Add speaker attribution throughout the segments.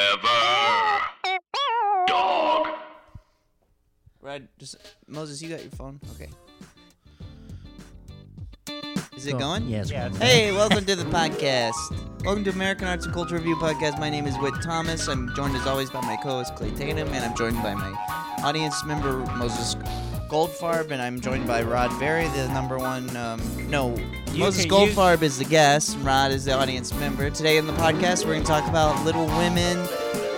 Speaker 1: Forever. Dog.
Speaker 2: Right, just Moses, you got your phone. Okay. Is it
Speaker 3: Cool.
Speaker 2: going?
Speaker 3: Yeah, it's
Speaker 4: Yeah,
Speaker 3: going.
Speaker 2: Hey, welcome to the podcast. Welcome to American Arts and Culture Review Podcast. My name is Whit Thomas. I'm joined as always by my co-host Clay Tatum, and I'm joined by my audience member Moses Goldfarb, and I'm joined by Rod Berry, the number one. Um, no,
Speaker 4: You
Speaker 2: Moses
Speaker 4: can- you-
Speaker 2: Goldfarb is the guest. and Rod is the audience member. Today in the podcast, we're going to talk about Little Women.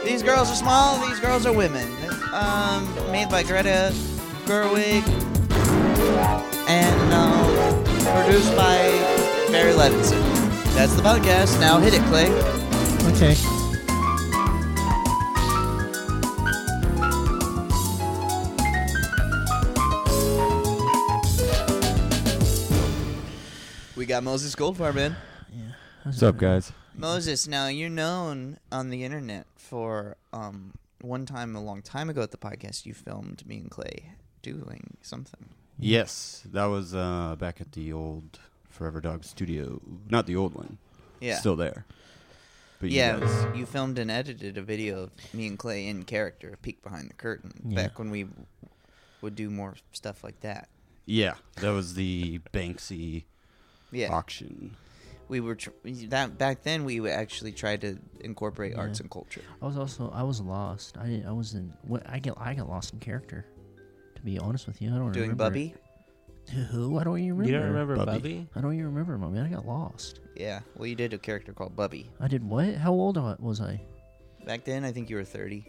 Speaker 2: These girls are small. These girls are women. Um, made by Greta Gerwig and um, produced by Barry Levinson. That's the podcast. Now hit it, Clay.
Speaker 3: Okay.
Speaker 2: We got Moses Goldfarb in.
Speaker 5: What's up, guys?
Speaker 2: Moses, now you're known on the internet for um, one time a long time ago at the podcast you filmed me and Clay doing something.
Speaker 5: Yes, that was uh, back at the old Forever Dog studio. Not the old one.
Speaker 2: Yeah.
Speaker 5: Still there. But you
Speaker 2: yeah,
Speaker 5: guys-
Speaker 2: you filmed and edited a video of me and Clay in character, a peek behind the curtain,
Speaker 3: Yeah.
Speaker 2: back when we would do more stuff like that.
Speaker 5: yeah, that was the Banksy
Speaker 2: Yeah.
Speaker 5: auction.
Speaker 2: we were tr- that back then we would actually tried to incorporate arts
Speaker 3: Yeah.
Speaker 2: and culture
Speaker 3: I was also I was lost. I didn't, I was in what I get I got lost in character. To be honest with you, I don't
Speaker 2: doing
Speaker 3: remember.
Speaker 2: bubby
Speaker 3: Who? I don't even remember.
Speaker 4: You don't remember Bubby?
Speaker 5: Bubby.
Speaker 3: I don't even remember, my man. I got lost.
Speaker 2: yeah well you did a character called bubby
Speaker 3: I did what? How old wa- was I?
Speaker 2: back then i think you were 30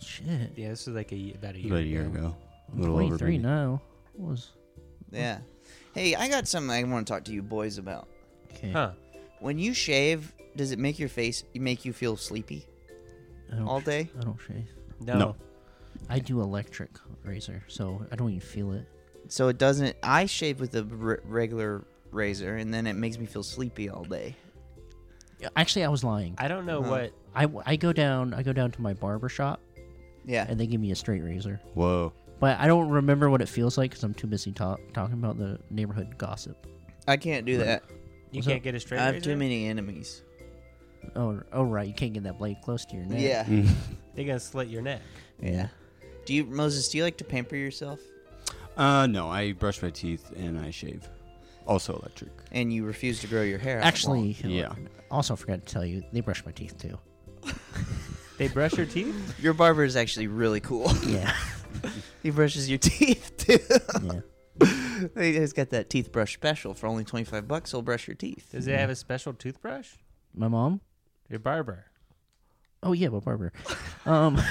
Speaker 3: Shit.
Speaker 4: Yeah, this was like a, about a year
Speaker 5: About a year
Speaker 4: ago.
Speaker 5: ago. A
Speaker 3: I'm
Speaker 5: little over
Speaker 3: 23
Speaker 5: maybe.
Speaker 3: now. What was Hmm.
Speaker 2: yeah hey i got something i want to talk to you boys about
Speaker 3: okay?
Speaker 4: Huh.
Speaker 2: when you shave does it make your face make you feel sleepy
Speaker 3: I don't
Speaker 2: all
Speaker 3: sh-
Speaker 2: day
Speaker 3: I don't shave.
Speaker 4: No.
Speaker 5: No.
Speaker 3: I do electric razor, so I don't even feel it.
Speaker 2: so it doesn't i shave with a r- regular razor and then it makes me feel sleepy all day
Speaker 3: Yeah, Actually, I was lying.
Speaker 4: I don't know
Speaker 2: Huh.
Speaker 4: what.
Speaker 3: I, I go down I go down to my barber shop
Speaker 2: yeah
Speaker 3: and they give me a straight razor,
Speaker 5: Whoa.
Speaker 3: but I don't remember what it feels like because I'm too busy talk, talking about the neighborhood gossip.
Speaker 2: i can't do that
Speaker 4: You
Speaker 3: What's
Speaker 4: can't
Speaker 3: up?
Speaker 4: get a straight
Speaker 2: i have
Speaker 4: razor?
Speaker 2: too many enemies
Speaker 3: Oh, oh right, you can't get that blade close to your neck.
Speaker 2: yeah
Speaker 4: They're going to slit your neck.
Speaker 2: yeah do you moses do you like to pamper yourself
Speaker 5: Uh, no, I brush my teeth and I shave. Also electric.
Speaker 2: and you refuse to grow your hair out long.
Speaker 3: Actually,
Speaker 5: Yeah.
Speaker 3: Also, forgot to tell you, they brush my teeth too.
Speaker 4: They brush your teeth?
Speaker 2: Your barber is actually really cool.
Speaker 3: Yeah,
Speaker 2: he brushes your teeth too.
Speaker 3: yeah.
Speaker 2: He's got that teeth brush special for only twenty five bucks. He'll brush your teeth.
Speaker 4: Does it have a special toothbrush?
Speaker 3: My mom.
Speaker 4: Your barber.
Speaker 3: Oh yeah, my barber. Um,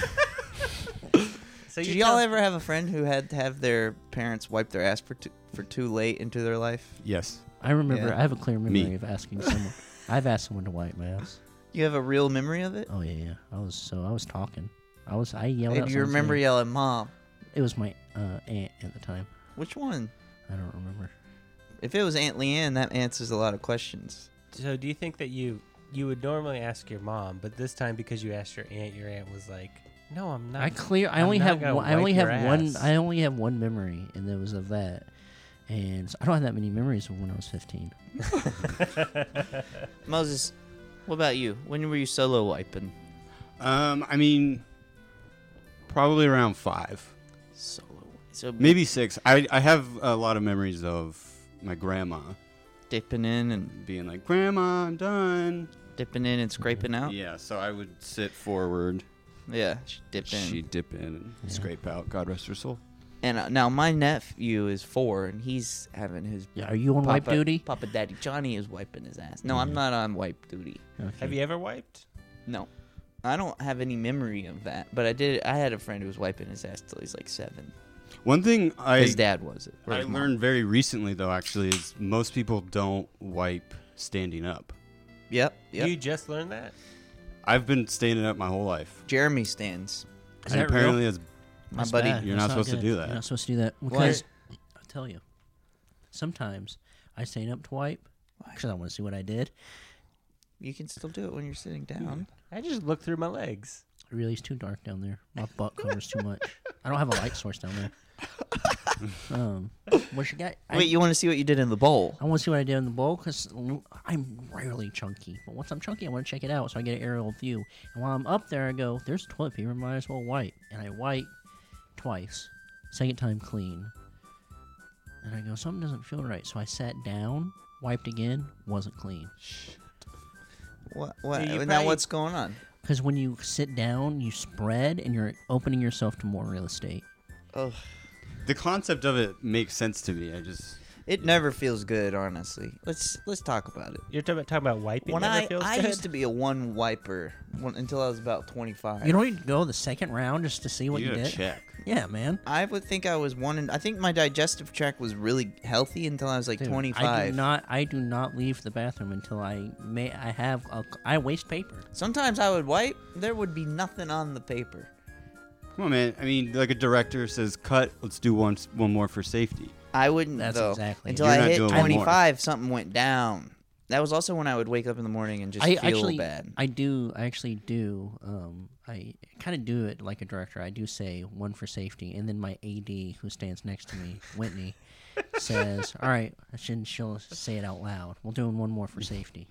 Speaker 4: So
Speaker 2: Did
Speaker 4: you
Speaker 2: y'all
Speaker 4: tell-
Speaker 2: ever have a friend who had to have their parents wipe their ass for too, for too late into their life?
Speaker 5: Yes.
Speaker 3: I remember.
Speaker 2: Yeah.
Speaker 3: I have a clear memory
Speaker 5: Me.
Speaker 3: of asking someone. I've asked someone to wipe my ass.
Speaker 2: You have a real memory of it.
Speaker 3: Oh yeah, yeah. I was so I was talking. I was I yelled.
Speaker 2: and
Speaker 3: out
Speaker 2: you
Speaker 3: someone's
Speaker 2: remember
Speaker 3: name.
Speaker 2: yelling, "Mom,
Speaker 3: It was my uh, aunt at the time.
Speaker 2: which one?"
Speaker 3: I don't remember.
Speaker 2: If it was Aunt Leanne, that answers a lot of questions.
Speaker 4: So do you think that you you would normally ask your mom, but this time because you asked your aunt, your aunt was like, "No, I'm not."
Speaker 3: I clear. I
Speaker 4: I'm
Speaker 3: only
Speaker 4: not
Speaker 3: have.
Speaker 4: gonna
Speaker 3: One, I only
Speaker 4: wipe
Speaker 3: have
Speaker 4: your
Speaker 3: one.
Speaker 4: ass.
Speaker 3: I only have one memory, and that was of that. And so I don't have that many memories of when I was fifteen.
Speaker 2: Moses, what about you? When were you solo wiping?
Speaker 5: Um, I mean, probably around five.
Speaker 2: Solo. So
Speaker 5: Maybe six. I, I have a lot of memories of my grandma
Speaker 2: dipping in and
Speaker 5: being like, Grandma, I'm done.
Speaker 2: dipping in and scraping out.
Speaker 5: Yeah, so I would sit forward.
Speaker 2: Yeah, she dip in.
Speaker 5: She'd dip in and scrape out. God rest her soul.
Speaker 2: And uh, now my nephew is four, and he's having his
Speaker 3: Yeah, are you on wipe
Speaker 2: Papa-
Speaker 3: duty? Mm.
Speaker 2: Papa Daddy Johnny is wiping his ass. No, I'm not on wipe duty.
Speaker 3: Okay.
Speaker 4: Have you ever wiped?
Speaker 2: No, I don't have any memory of that. But I did. I had a friend who was wiping his ass till he's like seven.
Speaker 5: One thing I
Speaker 2: His dad was it. or
Speaker 5: I
Speaker 2: his mom.
Speaker 5: learned very recently though actually is most people don't wipe standing up.
Speaker 2: Yep. Yep.
Speaker 4: You just learned that?
Speaker 5: I've been standing up my whole life.
Speaker 2: Jeremy stands.
Speaker 4: Is
Speaker 5: and
Speaker 4: that
Speaker 5: apparently that's
Speaker 2: My
Speaker 3: That's
Speaker 2: buddy.
Speaker 3: bad.
Speaker 5: You're
Speaker 3: That's
Speaker 5: not supposed to
Speaker 3: good.
Speaker 5: do that.
Speaker 3: You're not supposed to do that because I'll tell you. Sometimes I stand up to wipe because I want to see what I did.
Speaker 2: You can still do it when you're sitting
Speaker 3: Mm.
Speaker 2: down.
Speaker 4: I just looked through my legs.
Speaker 3: Really, it's too dark down there. My butt covers too much. I don't have a light source down there. Um, what you got? I,
Speaker 2: Wait, you want to see what you did in the bowl?
Speaker 3: I want to see what I did in the bowl because I'm rarely chunky. But once I'm chunky, I want to check it out so I get an aerial view. And while I'm up there, I go, there's toilet paper, might as well wipe. And I wipe twice. Second time clean. And I go, something doesn't feel right. So I sat down, wiped again, wasn't clean.
Speaker 2: What? what
Speaker 4: Dude, you
Speaker 2: now,
Speaker 4: probably-
Speaker 2: what's going on?
Speaker 3: Because when you sit down, you spread and you're opening yourself to more real estate.
Speaker 5: The concept of it makes sense to me. I just
Speaker 2: It never feels good, honestly. Let's let's talk about it.
Speaker 4: You're talking about, talking about wiping.
Speaker 2: when
Speaker 4: never
Speaker 2: I
Speaker 4: feels
Speaker 2: I
Speaker 4: good?
Speaker 2: used to be a one wiper when, until I was about twenty five.
Speaker 3: You don't need to go the second round just to see what you,
Speaker 5: you gotta
Speaker 3: did.
Speaker 5: check.
Speaker 3: Yeah, man.
Speaker 2: I would think I was one. In, I think my digestive tract was really healthy until I was like
Speaker 3: Dude,
Speaker 2: twenty
Speaker 3: I
Speaker 2: five.
Speaker 3: do not. I do not leave the bathroom until I may. I have. A, I waste paper.
Speaker 2: Sometimes I would wipe. There would be nothing on the paper.
Speaker 5: Come on, man. I mean, like a director says, cut. Let's do one s- one more for safety.
Speaker 2: I wouldn't
Speaker 3: That's
Speaker 2: though
Speaker 3: exactly it.
Speaker 2: until
Speaker 5: You're
Speaker 2: I
Speaker 5: not
Speaker 2: hit
Speaker 5: doing one more.
Speaker 2: twenty five. Something went down. That was also when I would wake up in the morning and just
Speaker 3: I
Speaker 2: feel
Speaker 3: actually.
Speaker 2: bad.
Speaker 3: I do. I actually do. Um, I kind of do it like a director. I do say one for safety, and then my AD, who stands next to me, Whitney, says, "All right," and she'll say it out loud. We'll do one more for safety.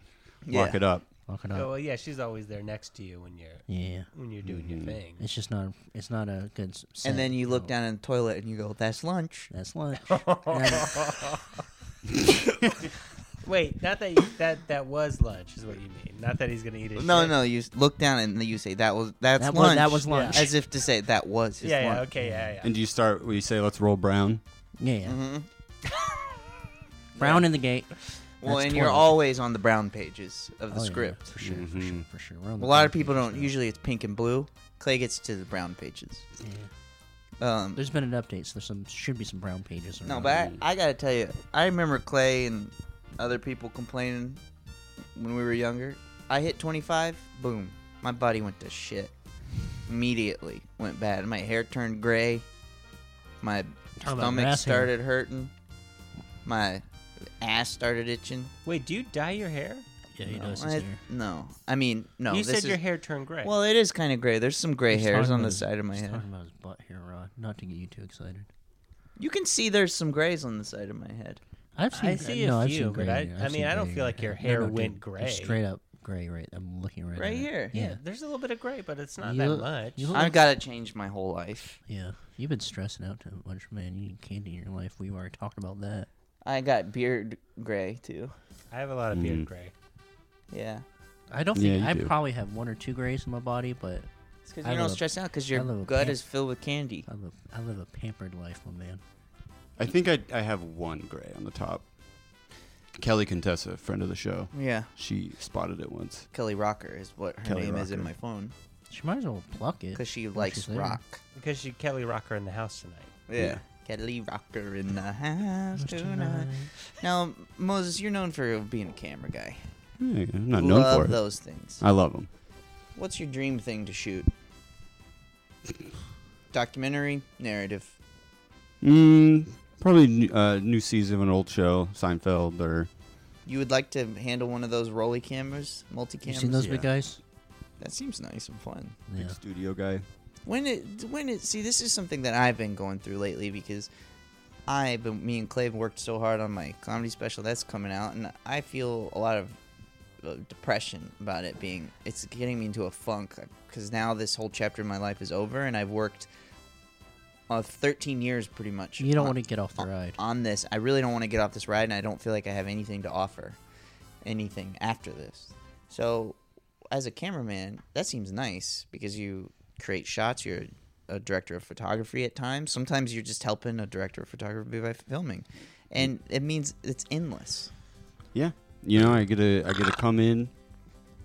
Speaker 5: Lock
Speaker 2: Yeah.
Speaker 5: it up.
Speaker 3: Lock it
Speaker 4: Oh
Speaker 3: up.
Speaker 4: well, yeah, she's always there next to you when you're
Speaker 3: Yeah.
Speaker 4: when you're doing your thing.
Speaker 3: It's just not. It's not a good. s- Set.
Speaker 2: and then you look
Speaker 3: No.
Speaker 2: down in the toilet and you go, "That's lunch."
Speaker 3: That's lunch. And I-
Speaker 4: Wait, not that you, that that was lunch is what you mean. Not that he's gonna eat it.
Speaker 2: No, no. You s- look down and you say, "That was that's
Speaker 3: that
Speaker 2: lunch."
Speaker 3: was that was lunch.
Speaker 2: as if to say that was his
Speaker 4: Yeah, yeah,
Speaker 2: lunch.
Speaker 4: okay, yeah, yeah.
Speaker 5: And do you start? We say, let's roll brown.
Speaker 3: Yeah. yeah.
Speaker 2: Mm-hmm.
Speaker 3: Brown in the gate.
Speaker 2: Well,
Speaker 3: That's
Speaker 2: and you're
Speaker 3: 12.
Speaker 2: always on the brown pages of the
Speaker 3: Oh, yeah,
Speaker 2: script.
Speaker 3: for sure, for sure, for sure. We're on
Speaker 2: A
Speaker 3: the
Speaker 2: lot
Speaker 3: brown
Speaker 2: of people
Speaker 3: pages
Speaker 2: don't.
Speaker 3: now.
Speaker 2: Usually, it's pink and blue. Clay gets to the brown pages. Um,
Speaker 3: There's been an update, so there's some should be some brown pages.
Speaker 2: no,
Speaker 3: around.
Speaker 2: but I, I gotta tell you, I remember Clay and other people complaining when we were younger. I hit 25, boom, my body went to shit. Immediately went bad. My hair turned gray. My
Speaker 3: Talking about
Speaker 2: stomach
Speaker 3: grass hair.
Speaker 2: started hurting. My ass started itching.
Speaker 4: Wait, do you dye your hair?
Speaker 3: yeah, he
Speaker 2: No,
Speaker 3: does.
Speaker 2: I,
Speaker 3: His hair.
Speaker 2: no. I mean, no.
Speaker 4: you
Speaker 2: this
Speaker 4: said
Speaker 2: is,
Speaker 4: your hair turned gray.
Speaker 2: Well, it is kind of gray. There's some gray
Speaker 3: He's
Speaker 2: hairs
Speaker 3: talking
Speaker 2: on
Speaker 3: about
Speaker 2: the
Speaker 3: his-
Speaker 2: side of my
Speaker 3: he's
Speaker 2: head.
Speaker 3: Talking about his butt hair, Rod. Not to get you too excited.
Speaker 2: You can see there's some grays on the side of my head.
Speaker 3: I've
Speaker 4: I
Speaker 3: seen.
Speaker 4: see a
Speaker 3: no, I've
Speaker 4: few,
Speaker 3: seen
Speaker 4: but
Speaker 3: gray
Speaker 4: I-
Speaker 3: hair.
Speaker 4: I
Speaker 3: I've
Speaker 4: mean,
Speaker 3: seen
Speaker 4: I don't
Speaker 3: gray
Speaker 4: feel like your
Speaker 3: No,
Speaker 4: hair
Speaker 3: no, dude,
Speaker 4: went
Speaker 3: it's
Speaker 4: gray.
Speaker 3: Straight up gray. Right. I'm looking right. at
Speaker 2: Right
Speaker 3: it.
Speaker 2: here,
Speaker 3: Yeah.
Speaker 2: yeah.
Speaker 4: There's a little bit of gray, but it's not
Speaker 3: You
Speaker 4: that
Speaker 3: look-
Speaker 4: much.
Speaker 3: you look-
Speaker 2: I've got to change my whole life.
Speaker 3: Yeah. You've been stressing out too much, man. You need candy in your life. We already talked about that.
Speaker 2: I got beard gray too.
Speaker 4: I have a lot of beard
Speaker 3: Mm.
Speaker 4: gray.
Speaker 2: Yeah,
Speaker 3: I don't
Speaker 5: Yeah,
Speaker 3: think
Speaker 5: you
Speaker 3: I
Speaker 5: do.
Speaker 3: probably have one or two grays in my body, but
Speaker 2: it's because
Speaker 3: I
Speaker 2: you don't
Speaker 3: live a-
Speaker 2: stress out because
Speaker 3: I
Speaker 2: your
Speaker 3: live a
Speaker 2: gut
Speaker 3: pam-
Speaker 2: is filled with candy.
Speaker 3: I live I live a pampered life, my man.
Speaker 5: I think I I have one gray on the top. Kelly Contessa, friend of the show,
Speaker 2: Yeah,
Speaker 5: she spotted it once.
Speaker 2: Kelly Rocker is what her
Speaker 5: Kelly
Speaker 2: name is in
Speaker 5: Rocker.
Speaker 2: my phone
Speaker 3: She might as well pluck it.
Speaker 2: because she
Speaker 3: while she's
Speaker 2: likes
Speaker 3: there.
Speaker 2: rock.
Speaker 4: Because she Kelly Rocker in the house tonight.
Speaker 2: Yeah.
Speaker 5: Yeah.
Speaker 2: Kelly Rocker in the house tonight. Now, Moses, you're known for being a camera guy.
Speaker 5: Yeah, I'm not
Speaker 2: Love
Speaker 5: known for it.
Speaker 2: those things.
Speaker 5: I love them.
Speaker 2: What's your dream thing to shoot? Documentary, narrative.
Speaker 5: Mm, probably new- uh, new season of an old show, Seinfeld, or
Speaker 2: You would like to handle one of those rolly cameras, multi
Speaker 3: You seen those
Speaker 2: cameras?
Speaker 3: big guys?
Speaker 2: That seems nice and fun.
Speaker 3: Yeah.
Speaker 5: big studio guy.
Speaker 2: When it, when it, see, this is something that I've been going through lately because I, but me and Clay have worked so hard on my comedy special that's coming out, and I feel a lot of uh, depression about it being, it's getting me into a funk because now this whole chapter of my life is over, and I've worked uh, 13 years pretty much.
Speaker 3: You don't
Speaker 2: on-
Speaker 3: want to get off the ride.
Speaker 2: on this. I really don't want to get off this ride, and I don't feel like I have anything to offer, anything after this. So, as a cameraman, that seems nice because you create shots. You're a director of photography at times. Sometimes you're just helping a director of photography by filming, and it means it's endless.
Speaker 5: Yeah, you know, I get to I get to come in.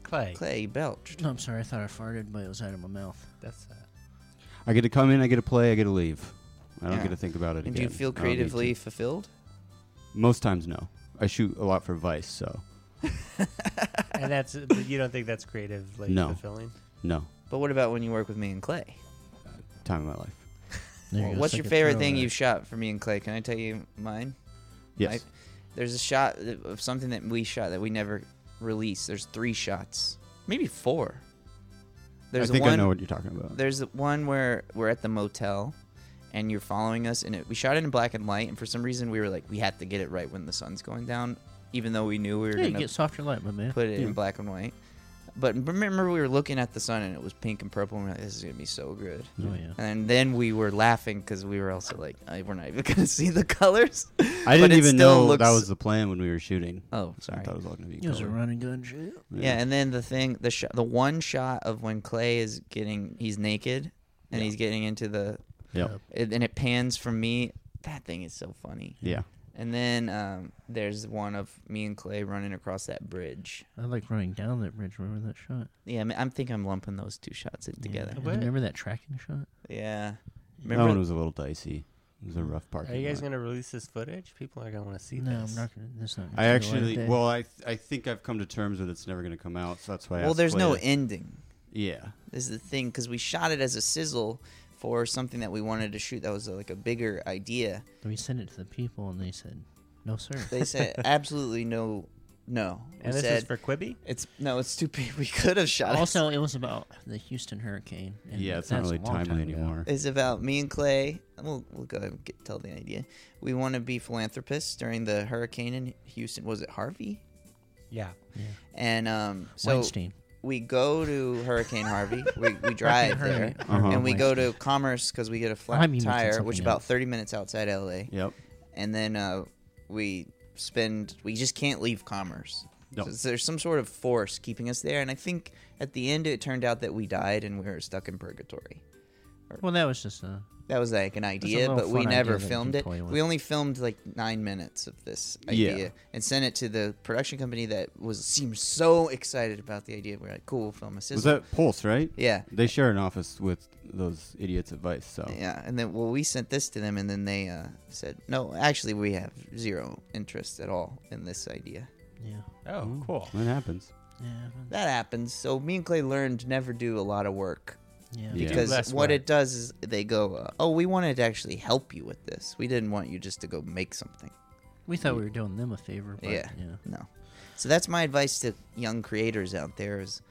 Speaker 4: Clay.
Speaker 2: Clay belched.
Speaker 3: No, I'm sorry. I thought I farted, but it was out of my mouth.
Speaker 4: That's uh,
Speaker 5: I get to come in. I get to play. I get to leave. I don't
Speaker 2: Yeah.
Speaker 5: get to think about it
Speaker 2: And do
Speaker 5: again.
Speaker 2: you feel
Speaker 5: I don't need to.
Speaker 2: creatively fulfilled?
Speaker 5: Most times, no. I shoot a lot for Vice, so
Speaker 4: and that's but you don't think that's creatively
Speaker 5: No.
Speaker 4: fulfilling?
Speaker 5: no
Speaker 2: But what about when you work with me and Clay?
Speaker 5: time of my life.
Speaker 3: There you
Speaker 2: Well,
Speaker 3: go,
Speaker 2: what's your
Speaker 3: second
Speaker 2: favorite thing
Speaker 3: throwback.
Speaker 2: you've shot for me and Clay? Can I tell you mine?
Speaker 5: Yes,
Speaker 2: I- there's a shot th- of something that we shot that we never released. There's three shots, maybe four.
Speaker 5: I,
Speaker 2: There's
Speaker 5: think
Speaker 2: one.
Speaker 5: I know what you're talking about.
Speaker 2: There's one where we're at the motel, and you're following us. And it, we shot it in black and white. And for some reason, we were like, we had to get it right when the sun's going down, even though we knew we were
Speaker 3: Yeah, you
Speaker 2: gonna
Speaker 3: get softer light, my man.
Speaker 2: put it in black and white. But remember, we were looking at the sun and it was pink and purple, and we were like, "This is gonna be so good."
Speaker 3: Oh, yeah.
Speaker 2: And then we were laughing because we were also like, I, "We're not even gonna see the colors."
Speaker 5: I
Speaker 2: But
Speaker 5: didn't
Speaker 2: it
Speaker 5: even
Speaker 2: still
Speaker 5: know that
Speaker 2: looks-
Speaker 5: was the plan when we were shooting.
Speaker 2: Oh,
Speaker 5: So I
Speaker 2: sorry.
Speaker 5: thought it was all gonna be.
Speaker 3: You guys are
Speaker 5: color.
Speaker 3: running gun shit.
Speaker 2: Yeah, and then the thing, the sh- the one shot of when Clay is getting, he's naked, and he's getting into the,
Speaker 5: Yep.
Speaker 2: it, and it pans from me. That thing is so funny.
Speaker 5: Yeah.
Speaker 2: And then um, there's one of me and Clay running across that bridge.
Speaker 3: I like running down that bridge. Remember that shot?
Speaker 2: Yeah, I mean, I'm think I'm lumping those two shots in together.
Speaker 4: What?
Speaker 3: Remember that tracking shot?
Speaker 2: Yeah.
Speaker 5: that
Speaker 2: Remember
Speaker 5: one was a little dicey. It was a rough parking.
Speaker 4: Are you guys
Speaker 5: lot.
Speaker 4: going to release this footage? People are going to want to see
Speaker 3: No,
Speaker 4: this.
Speaker 3: I'm not gonna. That's not.
Speaker 5: I actually,
Speaker 3: well,
Speaker 5: well, I th- I think I've come to terms with it's never gonna come out, so that's why. I
Speaker 2: Well,
Speaker 5: asked
Speaker 2: there's
Speaker 5: Clay
Speaker 2: no
Speaker 5: to-
Speaker 2: ending.
Speaker 5: yeah.
Speaker 2: This is the thing because we shot it as a sizzle for something that we wanted to shoot that was uh, like a bigger idea.
Speaker 3: we sent it to the people, and they said, "No, sir."
Speaker 2: They said absolutely no, no. We
Speaker 4: And this
Speaker 2: said
Speaker 4: is for Quibi?
Speaker 2: it's no, it's stupid. We could have shot. it.
Speaker 3: also, it was about the Houston hurricane. and
Speaker 5: Yeah, it's not
Speaker 3: that's a
Speaker 5: really
Speaker 3: long time
Speaker 5: timely
Speaker 3: ago.
Speaker 5: anymore.
Speaker 2: It's about me and Clay. We'll, we'll go ahead and get, tell the idea. We want to be philanthropists during the hurricane in Houston. Was it Harvey?
Speaker 4: Yeah.
Speaker 2: And um, so
Speaker 3: Weinstein.
Speaker 2: we go to Hurricane Harvey. we, we drive there,
Speaker 3: Hurricane Uh-huh.
Speaker 5: Harvey.
Speaker 2: and we go to Commerce because we get a flat
Speaker 3: I'm making
Speaker 2: tire,
Speaker 3: something
Speaker 2: which about
Speaker 3: else.
Speaker 2: 30 minutes outside LA.
Speaker 5: Yep.
Speaker 2: and then uh, we spend we just can't leave commerce
Speaker 5: No.
Speaker 2: So there's some sort of force keeping us there and i think at the end it turned out that we died and we were stuck in purgatory
Speaker 3: Well, that was just a.
Speaker 2: that was like an idea
Speaker 3: little
Speaker 2: but we
Speaker 3: fun
Speaker 2: never
Speaker 3: idea that you
Speaker 2: filmed
Speaker 3: can
Speaker 2: it
Speaker 3: play with.
Speaker 2: we only filmed like nine minutes of this
Speaker 5: Yeah.
Speaker 2: idea and sent it to the production company that was seemed so excited about the idea we're like cool we'll film a
Speaker 5: Was
Speaker 2: sizzle
Speaker 5: that Pulse, right?
Speaker 2: yeah
Speaker 5: They share an office with those idiots at Vice, so
Speaker 2: yeah and then well we sent this to them and then they uh, said no actually we have zero interest at all in this idea
Speaker 3: Yeah.
Speaker 4: Oh, cool.
Speaker 5: that happens.
Speaker 3: Yeah.
Speaker 2: That happens. So me and Clay learned never do a lot of work
Speaker 3: Yeah.
Speaker 5: Yeah.
Speaker 2: because
Speaker 4: less
Speaker 2: what
Speaker 4: work.
Speaker 2: it does is they go, uh, "Oh, we wanted to actually help you with this. We didn't want you just to go make something."
Speaker 3: We thought we were doing them a favor. But,
Speaker 2: yeah.
Speaker 3: yeah.
Speaker 2: No. So that's my advice to young creators out there is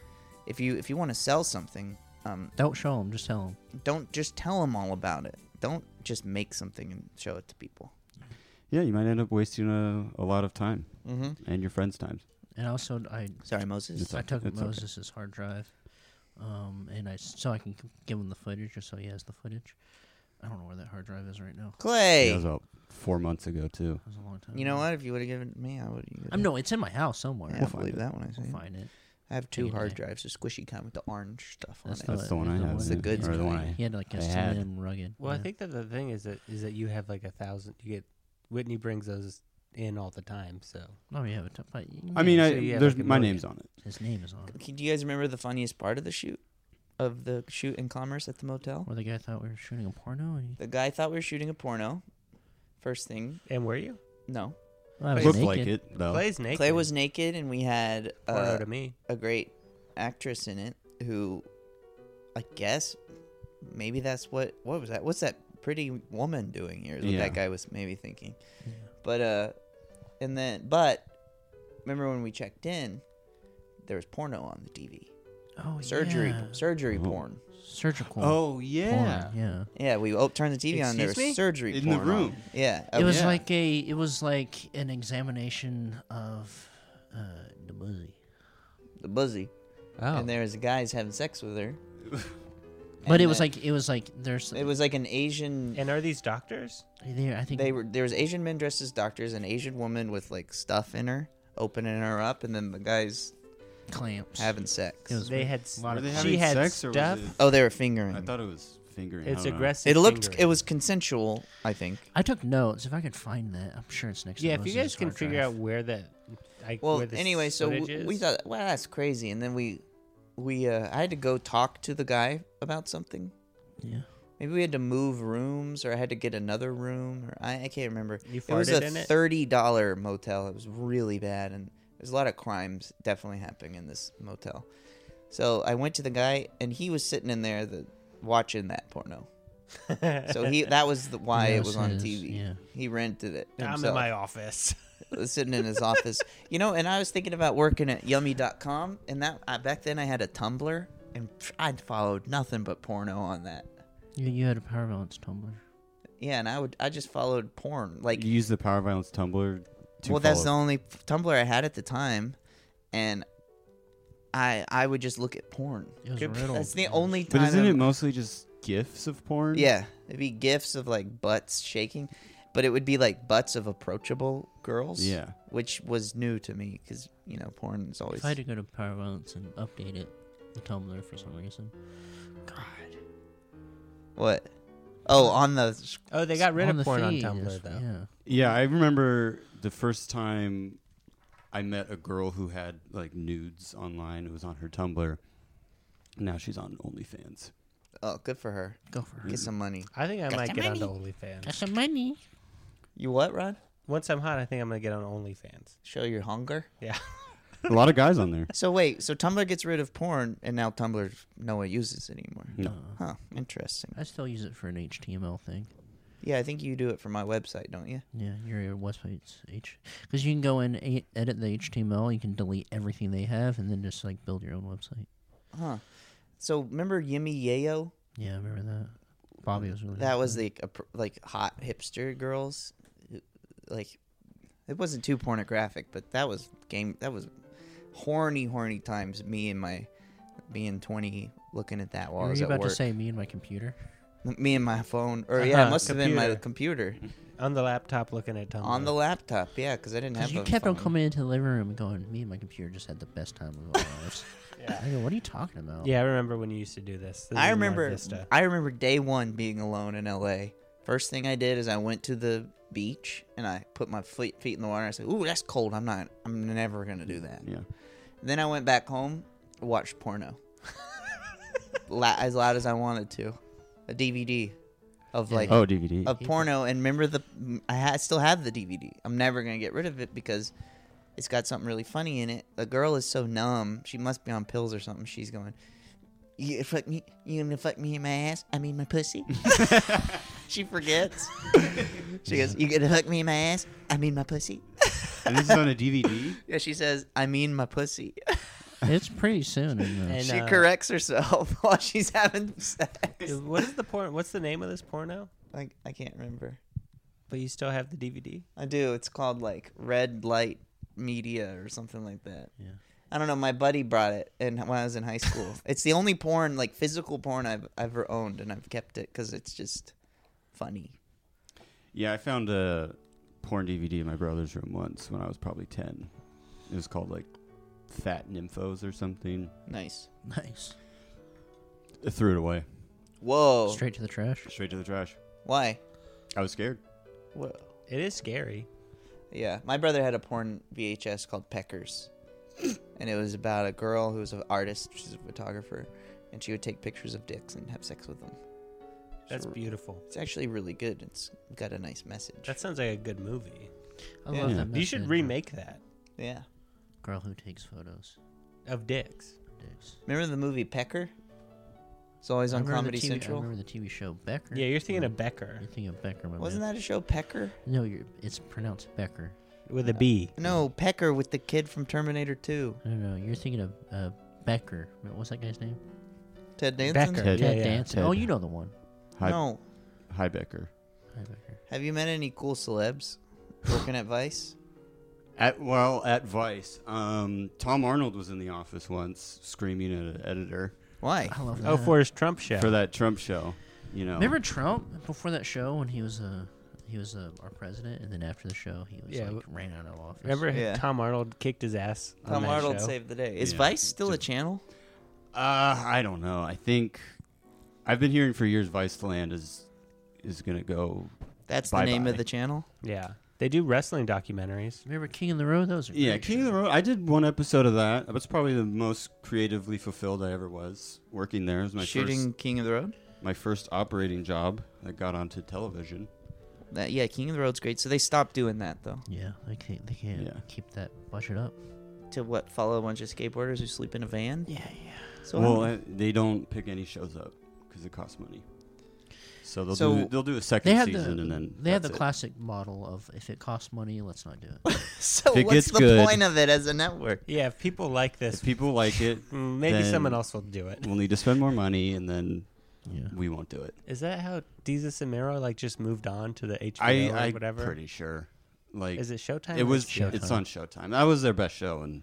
Speaker 2: if you if you want to sell something, um,
Speaker 3: Don't show them. Just tell them.
Speaker 2: don't just tell them all about it. Don't just make something and show it to people.
Speaker 5: Yeah, you might end up wasting a, a lot of time
Speaker 2: Mm-hmm.
Speaker 5: and your friends' time.
Speaker 3: And also, I
Speaker 2: Sorry, Moses.
Speaker 5: It's
Speaker 3: I
Speaker 5: okay.
Speaker 3: took
Speaker 5: It's okay.
Speaker 3: Moses' hard drive, um, and I s- so I can g- give him the footage, just so he has the footage. I don't know where that hard drive is right now.
Speaker 5: That
Speaker 2: Clay.
Speaker 5: was about four months ago too.
Speaker 3: That was a long time.
Speaker 2: You know
Speaker 3: ago.
Speaker 2: what? If you would have given it to me, I would.
Speaker 3: I'm no, it's in my house
Speaker 2: I
Speaker 3: somewhere.
Speaker 2: don't believe that one. I
Speaker 3: We'll
Speaker 2: see.
Speaker 3: find it.
Speaker 2: I have two
Speaker 3: Any
Speaker 2: hard
Speaker 3: day.
Speaker 2: drives, the squishy kind with the orange stuff on
Speaker 3: That's
Speaker 2: it.
Speaker 3: the,
Speaker 5: That's the one I have.
Speaker 2: It's the
Speaker 5: yeah,
Speaker 2: goods
Speaker 5: or the one
Speaker 2: guy.
Speaker 5: I
Speaker 3: He had like a
Speaker 5: I had.
Speaker 3: slim rugged.
Speaker 4: Well, I
Speaker 3: yeah.
Speaker 4: think that the thing is that is that you have like a thousand. You get Whitney brings those in all the time. So
Speaker 3: Oh yeah, but, but yeah,
Speaker 5: I mean,
Speaker 4: so
Speaker 5: I,
Speaker 4: you have
Speaker 5: there's
Speaker 4: like a
Speaker 5: my
Speaker 4: million.
Speaker 5: name's on it.
Speaker 3: his name is on it.
Speaker 2: Okay, Do you guys remember the funniest part of the shoot, of the shoot in Commerce at the motel?
Speaker 3: Where the guy thought we were shooting a porno. And he,
Speaker 2: The guy thought we were shooting a porno. First thing,
Speaker 4: and were you?
Speaker 2: no.
Speaker 3: well, I was
Speaker 5: Looked
Speaker 3: naked.
Speaker 5: like it though.
Speaker 4: Clay's naked.
Speaker 2: Clay was naked, and we had
Speaker 4: Porno
Speaker 2: uh,
Speaker 4: to me.
Speaker 2: a great actress in it who, I guess, maybe that's what. What was that? What's that pretty woman doing here? Is what
Speaker 5: Yeah.
Speaker 2: that guy was maybe thinking.
Speaker 3: Yeah.
Speaker 2: But uh, and then but, remember when we checked in, there was porno on the TV.
Speaker 3: Oh
Speaker 2: Surgery,
Speaker 3: yeah.
Speaker 2: surgery
Speaker 5: Oh.
Speaker 2: porn.
Speaker 3: surgical.
Speaker 5: oh
Speaker 3: porn,
Speaker 5: yeah.
Speaker 3: yeah.
Speaker 2: Yeah, we op- turned the TV on. There was
Speaker 4: Excuse me?
Speaker 2: surgery
Speaker 5: In the
Speaker 2: porn on.
Speaker 5: room.
Speaker 2: Oh, Yeah,
Speaker 3: It was
Speaker 5: yeah.
Speaker 3: like a. It was like an examination of uh, the movie.
Speaker 2: the buzzy,
Speaker 4: Oh,
Speaker 2: and there was guys having sex with her.
Speaker 3: But
Speaker 2: And
Speaker 3: it was
Speaker 2: the-
Speaker 3: like it was like there's
Speaker 2: it was like an Asian.
Speaker 4: And are these doctors?
Speaker 3: there. I think
Speaker 2: They were there was Asian men dressed as doctors, an Asian woman with like stuff in her, opening her up, and then the guys
Speaker 3: clamps.
Speaker 2: having sex.
Speaker 3: It was
Speaker 4: They
Speaker 3: weird.
Speaker 4: had.
Speaker 3: A lot
Speaker 5: Were
Speaker 3: of
Speaker 5: they
Speaker 3: clamps.
Speaker 5: having
Speaker 4: She had
Speaker 5: sex or
Speaker 4: stuff.
Speaker 5: was it?
Speaker 2: oh, they were fingering.
Speaker 5: I thought it was fingering. I
Speaker 4: It's
Speaker 5: don't know.
Speaker 4: aggressive.
Speaker 2: it looked.
Speaker 4: fingering.
Speaker 2: It was consensual. I think.
Speaker 3: I took notes. If I could find that, I'm sure it's next.
Speaker 4: Yeah,
Speaker 3: to
Speaker 4: if you
Speaker 3: Moses'
Speaker 4: guys can
Speaker 3: hard
Speaker 4: figure
Speaker 3: drive.
Speaker 4: out where that. Like,
Speaker 2: Well,
Speaker 4: where this
Speaker 2: anyway, so
Speaker 4: footage
Speaker 2: we,
Speaker 4: is.
Speaker 2: we thought, well, that's crazy, and then we, we, uh, I had to go talk to the guy about something.
Speaker 3: Yeah.
Speaker 2: Maybe we had to move rooms, or I had to get another room, or I, I can't remember.
Speaker 4: You
Speaker 2: it was
Speaker 4: farted
Speaker 2: a
Speaker 4: in it?
Speaker 2: thirty dollar motel. It was really bad, and there's a lot of crimes definitely happening in this motel. So I went to the guy, and he was sitting in there the, watching that porno. So he that was the, why
Speaker 3: Yeah,
Speaker 2: it was on
Speaker 3: says,
Speaker 2: TV.
Speaker 3: yeah.
Speaker 2: He rented it
Speaker 4: I'm
Speaker 2: himself,
Speaker 4: in my office.
Speaker 2: sitting in his office. You know, and I was thinking about working at Yummy.com, and that I, back then I had a Tumblr, and I'd followed nothing but porno on that.
Speaker 3: You, you had a power balance tumbler.
Speaker 2: Yeah, and I would I just followed porn. Like
Speaker 5: you use the Power Violence Tumblr. To
Speaker 2: well, that's the
Speaker 5: follow-
Speaker 2: only Tumblr I had at the time, and I I would just look at porn.
Speaker 3: It was
Speaker 2: Could be-
Speaker 3: riddled,
Speaker 2: that's the
Speaker 3: man.
Speaker 2: only
Speaker 5: But
Speaker 2: time.
Speaker 5: isn't
Speaker 2: I'm-
Speaker 5: it mostly just gifs of porn?
Speaker 2: Yeah, it'd be gifs of like butts shaking, but it would be like butts of approachable girls.
Speaker 5: Yeah.
Speaker 2: which was new to me because you know porn is always.
Speaker 3: If I had to go to Power Violence and update it, the Tumblr for some reason. God.
Speaker 2: What? Oh, on the
Speaker 4: Oh, they got rid
Speaker 3: On
Speaker 4: of
Speaker 3: the
Speaker 4: porn
Speaker 3: feed,
Speaker 4: on Tumblr
Speaker 3: that's-
Speaker 4: though.
Speaker 3: Yeah.
Speaker 5: Yeah, I remember the first time I met a girl who had like nudes online. It was on her Tumblr. Now she's on OnlyFans.
Speaker 2: oh, good for her.
Speaker 3: Go for it.
Speaker 2: Get some money.
Speaker 4: I think I
Speaker 3: Got
Speaker 4: might
Speaker 3: some
Speaker 4: get onto
Speaker 3: Got
Speaker 4: OnlyFans.
Speaker 3: some money.
Speaker 2: You what, Rod?
Speaker 4: Once I'm hot, I think I'm gonna get on OnlyFans.
Speaker 2: Show your hunger.
Speaker 4: Yeah.
Speaker 5: A lot of guys on there.
Speaker 2: So wait, so Tumblr gets rid of porn, and now Tumblr no one uses it anymore.
Speaker 5: No.
Speaker 2: Huh? Interesting.
Speaker 3: I still use it for an HTML thing.
Speaker 2: Yeah, I think you do it for my website, don't you?
Speaker 3: Yeah, your website's H. Because you can go in, e- edit the HTML, you can delete everything they have, and then just like build your own website.
Speaker 2: Huh. So remember Yimmy Yayo?
Speaker 3: Yeah, I remember that. Bobby was really.
Speaker 2: That was the appro- like hot hipster girls. Like, it wasn't too pornographic, but that was game. That was horny, horny times. Me and my being twenty, looking at that while I
Speaker 3: Were
Speaker 2: was
Speaker 3: you
Speaker 2: at
Speaker 3: about
Speaker 2: work.
Speaker 3: to say me and my computer?
Speaker 2: me and my phone, or yeah, it
Speaker 4: Uh-huh,
Speaker 2: must have been my
Speaker 4: computer.
Speaker 2: computer
Speaker 4: On the laptop, looking at Tumblr.
Speaker 2: on the laptop. Yeah, because I didn't have.
Speaker 3: Because you
Speaker 2: a
Speaker 3: kept on
Speaker 2: phone.
Speaker 3: coming into the living room and going, "Me and my computer just had the best time of our lives."
Speaker 4: Yeah.
Speaker 3: I go, "What are you talking about?"
Speaker 4: Yeah, I remember when you used to do this. This
Speaker 2: I
Speaker 4: is in my
Speaker 2: remember
Speaker 4: Vista.
Speaker 2: I remember day one being alone in LA. First thing I did is I went to the beach and I put my feet feet in the water. I said, "Ooh, that's cold. I'm not. I'm never gonna do that."
Speaker 5: Yeah.
Speaker 2: Then I went back home, watched porno, La- as loud as I wanted to, a DVD of like
Speaker 5: Oh, DVD.
Speaker 2: of porno. And remember the I, ha- I still have the DVD. I'm never gonna get rid of it because it's got something really funny in it. The girl is so numb. She must be on pills or something. She's going, "You gonna fuck me? You gonna fuck me in my ass? I mean my pussy." she forgets. she goes, "You gonna fuck me in my ass? I mean my pussy."
Speaker 5: and this is on a DVD.
Speaker 2: Yeah, she says, "I mean my pussy."
Speaker 3: it's pretty soon. In the,
Speaker 4: And,
Speaker 2: she
Speaker 4: uh,
Speaker 2: corrects herself while she's having sex.
Speaker 4: Dude, What is the porn? What's the name of this porno?
Speaker 2: Like I can't remember.
Speaker 4: But you still have the DVD.
Speaker 2: I do. It's called like Red Light Media or something like that.
Speaker 3: Yeah.
Speaker 2: I don't know. My buddy brought it, and when I was in high school, it's the only porn, like physical porn, I've ever owned, and I've kept it because it's just funny.
Speaker 5: Yeah, I found a porn DVD in my brother's room once when I was probably 10. It was called like Fat Nymphos or something.
Speaker 2: Nice.
Speaker 3: nice.
Speaker 5: I threw it away.
Speaker 2: Whoa.
Speaker 3: Straight to the trash.
Speaker 5: Straight to the trash.
Speaker 2: Why?
Speaker 5: I was scared.
Speaker 2: Whoa.
Speaker 4: It is scary.
Speaker 2: Yeah, my brother had a porn VHS called Peckers, and it was about a girl who was an artist. She's a photographer, and she would take pictures of dicks and have sex with them.
Speaker 4: That's
Speaker 2: Sure.
Speaker 4: beautiful.
Speaker 2: It's actually really good. It's got a nice message.
Speaker 4: That sounds like a good movie.
Speaker 3: I
Speaker 2: Yeah.
Speaker 3: love
Speaker 5: Yeah.
Speaker 3: that.
Speaker 4: You should
Speaker 3: method.
Speaker 4: remake that
Speaker 2: yeah.
Speaker 3: Girl who takes photos.
Speaker 4: of dicks.
Speaker 3: Dicks.
Speaker 2: Remember the movie Pecker? It's always
Speaker 3: I
Speaker 2: on
Speaker 3: remember the
Speaker 2: Comedy
Speaker 3: TV I
Speaker 2: Central.
Speaker 3: remember the TV show Becker.
Speaker 4: Yeah, you're thinking
Speaker 3: Oh,
Speaker 4: of Becker
Speaker 3: You're thinking of Becker. My
Speaker 2: Wasn't
Speaker 3: man.
Speaker 2: that a show, Pecker?
Speaker 3: No, you're, it's pronounced Becker.
Speaker 4: with a B.
Speaker 2: No, Pecker with the kid from Terminator 2.
Speaker 3: No, no, you're thinking of uh, Becker. What's that guy's name?
Speaker 2: Ted Danson?
Speaker 4: Becker.
Speaker 5: Ted
Speaker 4: yeah,
Speaker 3: Ted
Speaker 4: yeah.
Speaker 3: Danson.
Speaker 5: Ted.
Speaker 3: Oh, you know the one.
Speaker 5: Hi,
Speaker 2: No.
Speaker 5: hi Becker.
Speaker 3: Hi, Becker.
Speaker 2: Have you met any cool celebs working at Vice?
Speaker 5: At well, at Vice, um, Tom Arnold was in the office once, screaming at an editor
Speaker 2: Why?
Speaker 3: I love that.
Speaker 4: Oh, for his Trump show.
Speaker 5: for that Trump show. You know,
Speaker 3: Remember Trump before that show when he was uh, he was uh, our president, and then after the show he was
Speaker 4: Yeah,
Speaker 3: like
Speaker 4: w-
Speaker 3: ran out of office.
Speaker 4: Remember
Speaker 2: Yeah.
Speaker 4: Tom Arnold kicked his ass. on
Speaker 2: Tom
Speaker 4: that
Speaker 2: Arnold
Speaker 4: show?
Speaker 2: saved the day. Is
Speaker 5: Yeah.
Speaker 2: Vice still a channel?
Speaker 5: Uh, I don't know. I think I've been hearing for years Vice Land is is gonna go.
Speaker 2: That's the
Speaker 5: Bye-bye.
Speaker 2: name of the channel?
Speaker 4: Yeah, they do wrestling documentaries.
Speaker 3: Remember King of the Road? That was a
Speaker 5: Yeah,
Speaker 3: great
Speaker 5: King of
Speaker 3: show.
Speaker 5: the Road. I did one episode of that. That's probably the most creatively fulfilled I ever was working there. It was my
Speaker 2: Shooting
Speaker 5: first
Speaker 2: King of the Road?
Speaker 5: my first operating job that got onto television.
Speaker 2: That, yeah, King of the Road's great. So they stopped doing that, though.
Speaker 3: Yeah, they can't they can't
Speaker 5: Yeah.
Speaker 3: keep that budget up.
Speaker 2: To what? Follow a bunch of skateboarders who sleep in a van?
Speaker 3: Yeah, yeah.
Speaker 2: So
Speaker 5: well,
Speaker 2: I-
Speaker 5: uh, they don't pick any shows up because it costs money. So they'll
Speaker 2: So
Speaker 5: do they'll do a
Speaker 3: They
Speaker 5: second
Speaker 3: had the
Speaker 5: season and then
Speaker 3: they had the
Speaker 5: that's it.
Speaker 3: classic model of if it costs money, let's not do it.
Speaker 2: so
Speaker 5: it
Speaker 2: what's
Speaker 5: gets
Speaker 2: the
Speaker 5: good-
Speaker 2: point of it as a network?
Speaker 4: Yeah, if people like this,
Speaker 5: If people like it,
Speaker 4: mm, maybe
Speaker 5: then
Speaker 4: someone else will do it.
Speaker 5: We'll need to spend more money, and then
Speaker 3: Yeah.
Speaker 5: we won't do it.
Speaker 4: Is that how Jesus and Mero like just moved on to the HBO
Speaker 5: I,
Speaker 4: or
Speaker 5: I
Speaker 4: whatever?
Speaker 5: pretty sure. Like
Speaker 4: Is it Showtime?
Speaker 5: It
Speaker 4: or
Speaker 5: was.
Speaker 4: Showtime?
Speaker 5: It's on Showtime. That was their best show, and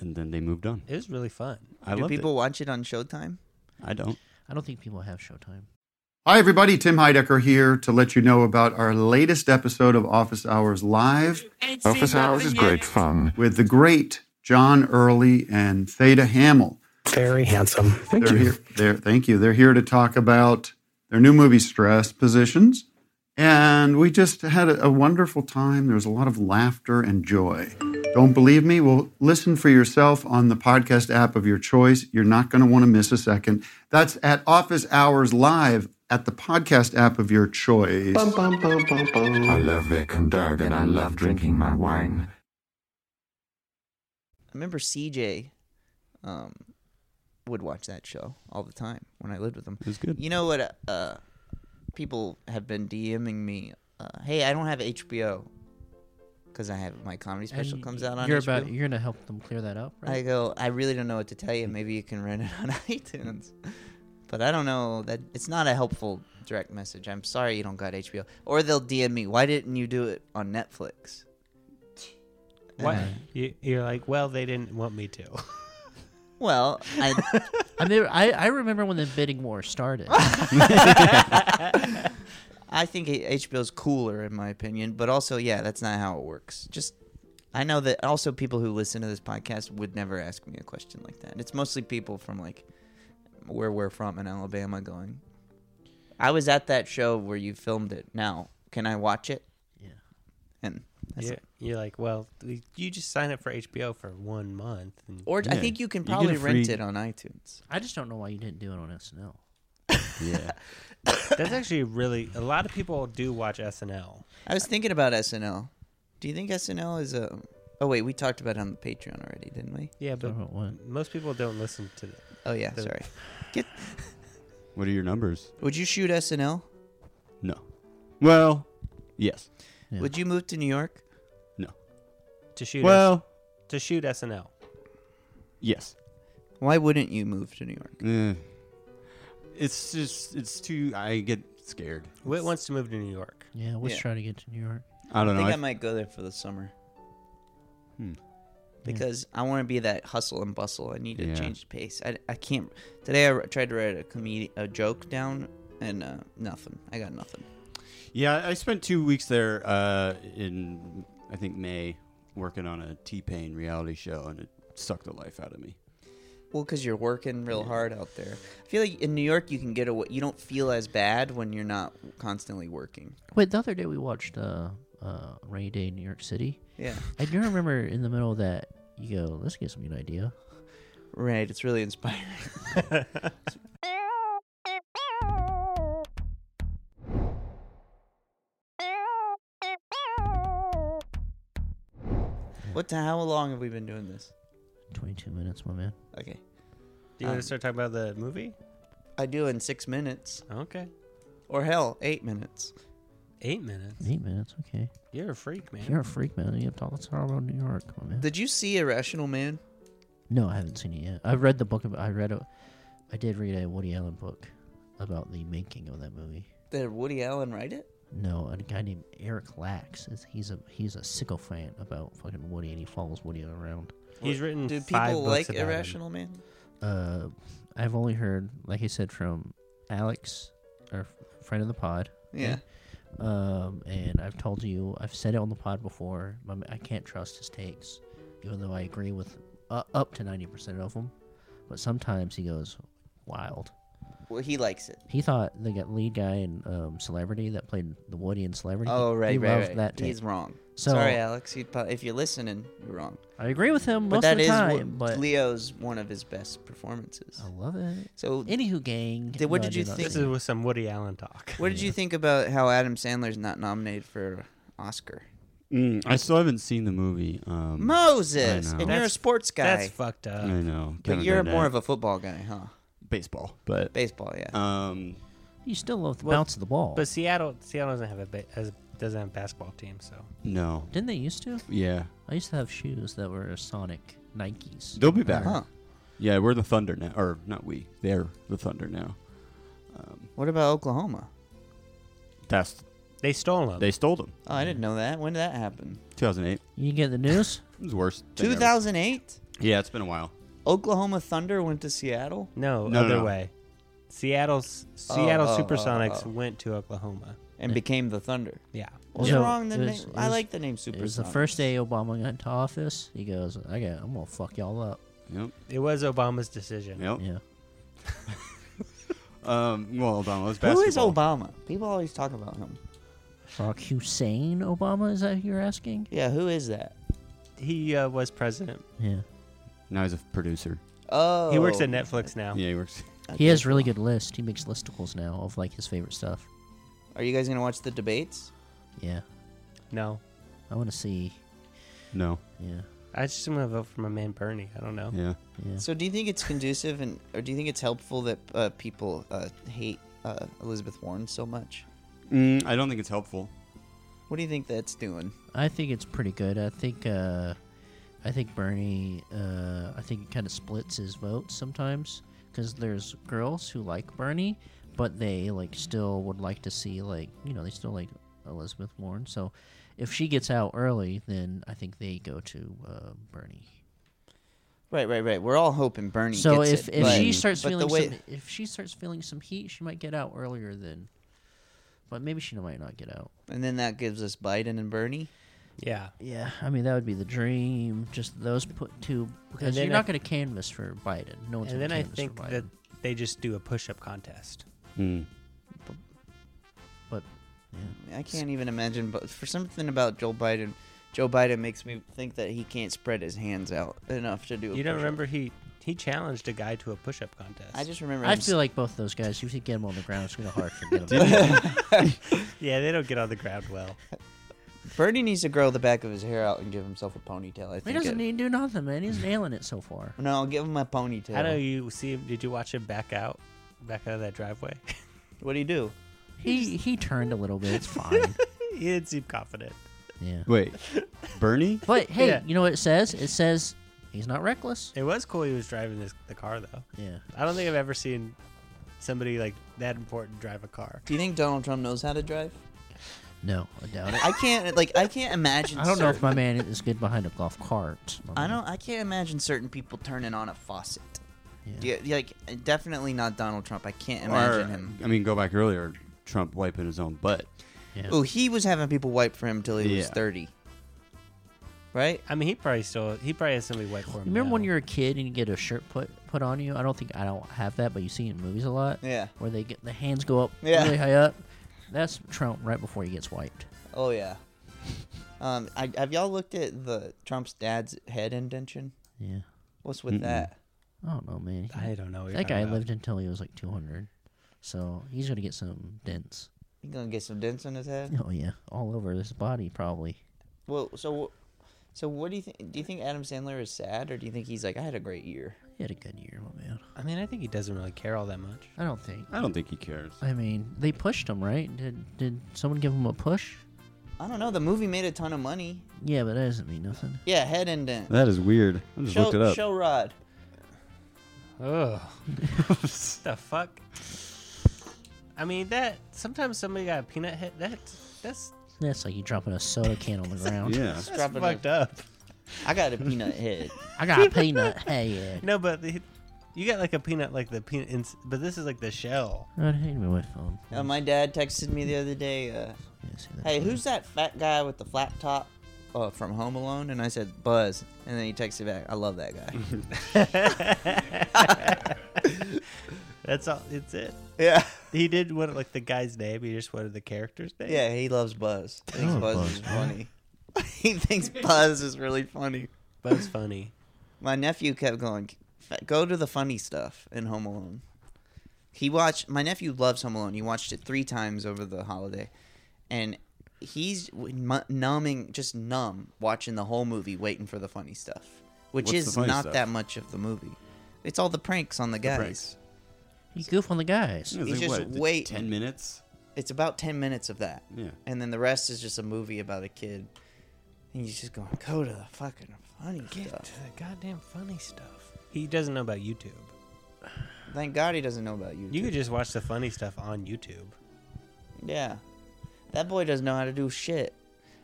Speaker 5: and then they moved on.
Speaker 4: It was really fun.
Speaker 5: I
Speaker 2: Do
Speaker 5: love
Speaker 2: people
Speaker 5: people.
Speaker 2: watch it on Showtime?
Speaker 5: I don't.
Speaker 3: I don't think people have Showtime.
Speaker 6: Hi, everybody. Tim Heidecker here to let you know about our latest episode of Office Hours Live
Speaker 7: Office hours is great fun.
Speaker 6: with the great John Early and Theta Hamill.
Speaker 8: Very handsome. Thank
Speaker 6: They're
Speaker 8: you.
Speaker 6: here. They're, thank you. They're here to talk about their new movie, Stress Positions. And we just had a, a wonderful time. There was a lot of laughter and joy. Don't believe me? Well, listen for yourself on the podcast app of your choice. You're not going to want to miss a second. That's at Office Hours Live at the podcast app of your choice.
Speaker 8: Bum, bum, bum, bum, bum.
Speaker 7: I love Vic and Doug, and I love drinking my wine.
Speaker 2: I remember CJ um, would watch that show all the time when I lived with him.
Speaker 5: It was good.
Speaker 2: You know what? uh, Uh, people have been DMing me. Uh, hey, I don't have HBO because I have my comedy special
Speaker 3: And
Speaker 2: comes out on
Speaker 3: you're
Speaker 2: HBO.
Speaker 3: about you're gonna help them clear that up,
Speaker 2: I
Speaker 3: right?
Speaker 2: go. I really don't know what to tell you. Maybe you can rent it on iTunes, but I don't know that it's not a helpful direct message. I'm sorry you don't got HBO, or they'll DM me. Why didn't you do it on Netflix?
Speaker 4: What?
Speaker 2: Uh,
Speaker 4: You, you're like, well, they didn't want me to.
Speaker 2: well, I
Speaker 3: I, mean, I I remember when the bidding war started.
Speaker 2: I think H- HBO's cooler in my opinion, but also yeah, that's not how it works. Just I know that also people who listen to this podcast would never ask me a question like that. It's mostly people from like where we're from in Alabama going. I was at that show where you filmed it. Now, can I watch it?
Speaker 3: Yeah.
Speaker 2: And that's
Speaker 4: you're,
Speaker 2: it.
Speaker 4: you're like, well, you just sign up for HBO for one month. And
Speaker 2: Or I
Speaker 5: Yeah.
Speaker 2: think you can
Speaker 5: You get a
Speaker 2: probably rent
Speaker 5: free-
Speaker 2: it on iTunes.
Speaker 3: I just don't know why you didn't do it on SNL.
Speaker 5: Yeah.
Speaker 4: that's actually really a lot of people do watch SNL.
Speaker 2: I was thinking about SNL. Do you think SNL is a Oh wait, we talked about it on the Patreon already, didn't we?
Speaker 4: Yeah, but
Speaker 3: Talking about what?
Speaker 4: most people don't listen to that.
Speaker 2: Oh yeah,
Speaker 4: The-
Speaker 2: sorry.
Speaker 5: What are your numbers?
Speaker 2: Would you shoot SNL?
Speaker 5: No. Well, yes.
Speaker 3: Yeah.
Speaker 2: Would you move to New York?
Speaker 5: No.
Speaker 4: to shoot.
Speaker 5: well,
Speaker 4: S- to shoot SNL.
Speaker 5: yes.
Speaker 2: Why wouldn't you move to New York?
Speaker 5: Eh. It's just. It's too. I get scared.
Speaker 4: Whit wants to move to New York.
Speaker 3: Yeah, let's
Speaker 2: Yeah.
Speaker 3: try to get to New York.
Speaker 5: I
Speaker 2: I
Speaker 5: don't know.
Speaker 2: think I,
Speaker 5: I-
Speaker 2: might go there for the summer.
Speaker 5: Hmm.
Speaker 2: Because I want to be that hustle and bustle. I need to
Speaker 5: Yeah.
Speaker 2: change the pace. I, I can't. Today I r- tried to write a comedi- a joke down and uh, nothing. I got nothing.
Speaker 5: Yeah, I spent two weeks there uh, in I think May working on a T Pain reality show, and it sucked the life out of me.
Speaker 2: Well, because you're working real hard out there. I feel like in New York you can get away. You don't feel as bad when you're not constantly working.
Speaker 3: Wait, the other day we watched uh, uh, Rainy Day in New York City.
Speaker 2: Yeah.
Speaker 3: I do remember in the middle of that, you go, let's get some good idea.
Speaker 2: Right. It's really inspiring. What? The, how long have we been doing this?
Speaker 3: 22 minutes, my man.
Speaker 2: Okay.
Speaker 4: Do you want
Speaker 2: Um,
Speaker 4: to start talking about the movie?
Speaker 2: I do in six minutes,
Speaker 4: Okay,
Speaker 2: or hell, eight minutes.
Speaker 4: eight minutes.
Speaker 3: Eight minutes, okay.
Speaker 4: You're a freak, man.
Speaker 3: You're a freak, man. You have to let's talk about New York, my man.
Speaker 2: Did you see Irrational Man?
Speaker 3: no, I haven't seen it yet. I've read the book. About, I read a, I did read a Woody Allen book about the making of that movie.
Speaker 2: Did Woody Allen write it?
Speaker 3: No, a guy named Eric Lax. is- He's a he's a sycophant about fucking Woody, and he follows Woody around.
Speaker 4: He's written
Speaker 2: Do
Speaker 4: Mm, five
Speaker 2: people
Speaker 4: books
Speaker 2: like
Speaker 4: about him.
Speaker 2: Irrational Man?
Speaker 3: Uh, I've only heard, like I said, from Alex, our f- friend of the pod.
Speaker 2: Yeah.
Speaker 3: Um, and I've told you, I've said it on the pod before. my ma- I can't trust his takes, even though I agree with uh, up to ninety percent of them. But sometimes he goes wild.
Speaker 2: Well, he likes it.
Speaker 3: He thought the g- lead guy in um, Celebrity that played the Woody in Celebrity.
Speaker 2: Oh, right,
Speaker 3: he
Speaker 2: right,
Speaker 3: loves
Speaker 2: right.
Speaker 3: That take.
Speaker 2: He's wrong.
Speaker 3: So-
Speaker 2: Sorry, Alex. You'd probably, if you're listening, you're wrong.
Speaker 3: I agree with him
Speaker 2: But
Speaker 3: most
Speaker 2: that
Speaker 3: of the
Speaker 2: is what-
Speaker 3: time. But Oh.
Speaker 2: Leo's one of his best performances.
Speaker 3: I love it.
Speaker 2: So,
Speaker 3: Anywho, gang.
Speaker 2: Then what
Speaker 3: No, I
Speaker 2: did you
Speaker 3: not
Speaker 2: think-
Speaker 3: see
Speaker 4: This
Speaker 3: it.
Speaker 4: is with some Woody Allen talk.
Speaker 2: what did you think about how Adam Sandler's not nominated for Oscar?
Speaker 5: Mm, I still haven't seen the movie. Um,
Speaker 2: Moses,
Speaker 5: I
Speaker 2: and you're
Speaker 5: know.
Speaker 2: a
Speaker 4: That's-
Speaker 2: sports guy,
Speaker 4: That's fucked up.
Speaker 5: I know,
Speaker 2: but
Speaker 5: kinda
Speaker 2: you're
Speaker 5: bad
Speaker 2: more
Speaker 5: at
Speaker 2: of a football guy, huh?
Speaker 5: baseball, but
Speaker 2: Baseball, yeah.
Speaker 5: um,
Speaker 3: You still love the
Speaker 4: Well,
Speaker 3: bounce of the ball.
Speaker 4: But Seattle, Seattle doesn't have a ba- has, doesn't have a basketball team, so
Speaker 5: no,
Speaker 3: Didn't they used to?
Speaker 5: yeah,
Speaker 3: I used to have shoes that were Sonic Nikes.
Speaker 2: Uh-huh.
Speaker 5: they'll be back.
Speaker 2: Huh.
Speaker 5: Yeah, we're the Thunder now, or not we? They're the Thunder now.
Speaker 2: What about Oklahoma?
Speaker 5: That's
Speaker 4: They stole him.
Speaker 5: they stole them.
Speaker 2: Oh, I didn't know that. When did that happen?
Speaker 5: 2008.
Speaker 3: You get the news?
Speaker 5: It was worse.
Speaker 2: 2008?
Speaker 5: Yeah, it's been a while.
Speaker 2: Oklahoma Thunder went to Seattle?
Speaker 4: no,
Speaker 5: No, no,
Speaker 4: other
Speaker 5: no.
Speaker 4: way. Seattle's Seattle
Speaker 2: oh, oh,
Speaker 4: Supersonics
Speaker 2: oh.
Speaker 4: went to Oklahoma.
Speaker 2: and became the Thunder.
Speaker 4: Yeah.
Speaker 2: What's
Speaker 3: Yeah.
Speaker 2: wrong? The
Speaker 3: It was-
Speaker 2: name?
Speaker 3: it
Speaker 2: I
Speaker 3: was-
Speaker 2: like the name
Speaker 3: It
Speaker 2: Super.
Speaker 3: was the first day Obama got into office. He goes, I got, I'm gonna fuck y'all up.
Speaker 5: Yep.
Speaker 4: It was Obama's decision.
Speaker 5: Yep.
Speaker 3: Yeah.
Speaker 5: Um, well, Obama's basketball.
Speaker 2: Who is Obama? People always talk about him.
Speaker 3: Fuck Hussein Obama? Is that who you're asking?
Speaker 2: Yeah, who is that?
Speaker 4: He uh, was president.
Speaker 3: Yeah.
Speaker 5: Now he's a producer.
Speaker 2: Oh,
Speaker 4: He works at Netflix now.
Speaker 5: Yeah, he works.
Speaker 3: He has really good list. He makes listicles now of like his favorite stuff.
Speaker 2: Are you guys gonna watch the debates?
Speaker 3: Yeah.
Speaker 4: No.
Speaker 3: I want to see.
Speaker 5: No.
Speaker 3: Yeah.
Speaker 4: I just want to vote for my man Bernie. I don't know.
Speaker 5: Yeah.
Speaker 3: Yeah.
Speaker 2: So, do you think it's conducive, and or do you think it's helpful that uh, people uh, hate uh, Elizabeth Warren so much?
Speaker 5: Mm, I don't think it's helpful.
Speaker 2: What do you think that's doing?
Speaker 3: I think it's pretty good. I think. uh I think Bernie. Uh, I think it kind of splits his votes sometimes because there's girls who like Bernie, but they like still would like to see like you know they still like Elizabeth Warren. So if she gets out early, then I think they go to uh, Bernie.
Speaker 2: Right, right, right. We're all hoping Bernie.
Speaker 3: So
Speaker 2: gets
Speaker 3: if,
Speaker 2: it,
Speaker 3: if
Speaker 2: but-
Speaker 3: she starts
Speaker 2: but the
Speaker 3: feeling
Speaker 2: way-
Speaker 3: some, if she starts feeling some heat, she might get out earlier than. But maybe she might not get out.
Speaker 2: and then that gives us Biden and Bernie.
Speaker 4: Yeah.
Speaker 3: Yeah, I mean that would be the dream. Just those put two because
Speaker 4: then
Speaker 3: you're
Speaker 4: I-
Speaker 3: not going to canvas for Biden. No one's
Speaker 4: And
Speaker 3: going
Speaker 4: then
Speaker 3: to
Speaker 4: I
Speaker 3: canvas
Speaker 4: think
Speaker 3: for Biden.
Speaker 4: that they just do a push up contest.
Speaker 5: Mm.
Speaker 3: But
Speaker 2: I can't even imagine, but for something about Joe Biden, Joe Biden makes me think that he can't spread his hands out enough to do. A
Speaker 4: You don't
Speaker 2: push-up.
Speaker 4: remember he he challenged a guy to a push up contest.
Speaker 2: I just remember.
Speaker 3: I
Speaker 2: him
Speaker 3: feel like both those guys. You should get them on the ground. It's going to hard to get them.
Speaker 4: yeah, they don't get on the ground well.
Speaker 2: Bernie needs to grow the back of his hair out and give himself a ponytail. I think.
Speaker 3: he doesn't
Speaker 2: it-
Speaker 3: need to do nothing, man. He's nailing it so far.
Speaker 2: No, I'll give him a ponytail.
Speaker 4: How do you see him? Did you watch him back out, back out of that driveway?
Speaker 2: What do you do?
Speaker 3: He he turned a little bit. It's fine.
Speaker 4: he didn't seem confident.
Speaker 3: Yeah.
Speaker 5: Wait, Bernie?
Speaker 3: But hey,
Speaker 4: Yeah.
Speaker 3: you know what it says? It says he's not reckless.
Speaker 4: It was cool he was driving this, the car though.
Speaker 3: Yeah.
Speaker 4: I don't think I've ever seen somebody like that important drive a car.
Speaker 2: Do you think Donald Trump knows how to drive?
Speaker 3: No, I doubt it.
Speaker 2: I can't. Like, I can't imagine.
Speaker 3: I don't know if
Speaker 2: certain-
Speaker 3: my man is good behind a golf cart. My
Speaker 2: I
Speaker 3: man-
Speaker 2: don't. I can't imagine certain people turning on a faucet.
Speaker 3: Yeah.
Speaker 2: Yeah. like, definitely not Donald Trump. I can't
Speaker 5: Or,
Speaker 2: imagine him.
Speaker 5: I mean, go back earlier. Trump wiping his own butt.
Speaker 3: Yeah.
Speaker 2: Oh, he was having people wipe for him till he was
Speaker 5: Yeah.
Speaker 2: thirty. Right.
Speaker 4: I mean, he probably still he probably has somebody wait for him.
Speaker 3: You remember when
Speaker 4: now.
Speaker 3: you're a kid and you get a shirt put put on you? I don't think I don't have that, but you see it in movies a lot.
Speaker 2: Yeah.
Speaker 3: Where they get the hands go up
Speaker 2: Yeah.
Speaker 3: really high up. That's Trump right before he gets wiped.
Speaker 2: Oh yeah. Um, I, have y'all looked at the Trump's dad's head indention?
Speaker 3: Yeah.
Speaker 2: What's with that?
Speaker 3: I don't know, man. He-
Speaker 4: I don't know. what you're
Speaker 3: that guy
Speaker 4: talking about.
Speaker 3: lived until he was like 200, so he's gonna get some dents.
Speaker 2: He gonna get some dents in his head.
Speaker 3: Oh yeah, all over his body probably.
Speaker 2: Well, so, so what do you think? Do you think Adam Sandler is sad, or do you think he's like, I had a great year?
Speaker 3: He had a good year, my man.
Speaker 4: I mean, I think he doesn't really care all that much.
Speaker 3: I don't think.
Speaker 5: I don't think he cares.
Speaker 3: I mean, they pushed him, right? Did did someone give him a push?
Speaker 2: I don't know. The movie made a ton of money.
Speaker 3: Yeah, but that doesn't mean nothing.
Speaker 2: Yeah, head indent.
Speaker 5: That is weird. I just looked it
Speaker 2: Show,
Speaker 5: up.
Speaker 2: show rod.
Speaker 4: Ugh. the fuck? I mean, that sometimes somebody got a peanut head. That that's
Speaker 3: That's like you dropping a soda can on the ground.
Speaker 5: Yeah.
Speaker 4: that's
Speaker 2: Drop it
Speaker 4: fucked up.
Speaker 2: I got a peanut head.
Speaker 3: I got a peanut head.
Speaker 4: No, but the, you got like a peanut, like the peanut, ins- but this is like the shell.
Speaker 3: I'd hate me with um.
Speaker 2: Uh, my dad texted me the other day. Uh,
Speaker 3: yeah, see that
Speaker 2: hey,
Speaker 3: photo.
Speaker 2: who's that fat guy with the flat top uh, from Home Alone? And I said Buzz, and then he texted back, I love that guy.
Speaker 4: That's all. It's it.
Speaker 2: yeah.
Speaker 4: He did want like the guy's name. He just wanted the character's name.
Speaker 2: Yeah, he loves Buzz. He thinks
Speaker 3: love
Speaker 2: Buzz,
Speaker 3: Buzz,
Speaker 2: is funny. he thinks Buzz is really funny.
Speaker 4: but it's funny.
Speaker 2: My nephew kept going, go to the funny stuff in Home Alone. He watched, my nephew loves Home Alone. He watched it three times over the holiday. And he's mu- numbing, just numb, watching the whole movie, waiting for the funny stuff, which
Speaker 5: What's the
Speaker 2: is
Speaker 5: funny
Speaker 2: not
Speaker 5: stuff?
Speaker 2: that much of the movie. It's all the pranks on the guys.
Speaker 5: pranks.
Speaker 3: You goof on the guys.
Speaker 5: It's
Speaker 2: just
Speaker 5: the
Speaker 2: wait.
Speaker 5: Ten minutes.
Speaker 2: It's about 10 minutes of that.
Speaker 5: Yeah.
Speaker 2: And then the rest is just a movie about a kid. And he's just going, go to the fucking funny
Speaker 4: Get
Speaker 2: stuff.
Speaker 4: to the goddamn funny stuff. He doesn't know about YouTube.
Speaker 2: Thank God he doesn't know about YouTube.
Speaker 4: You could just watch the funny stuff on YouTube.
Speaker 2: Yeah. That boy doesn't know how to do shit.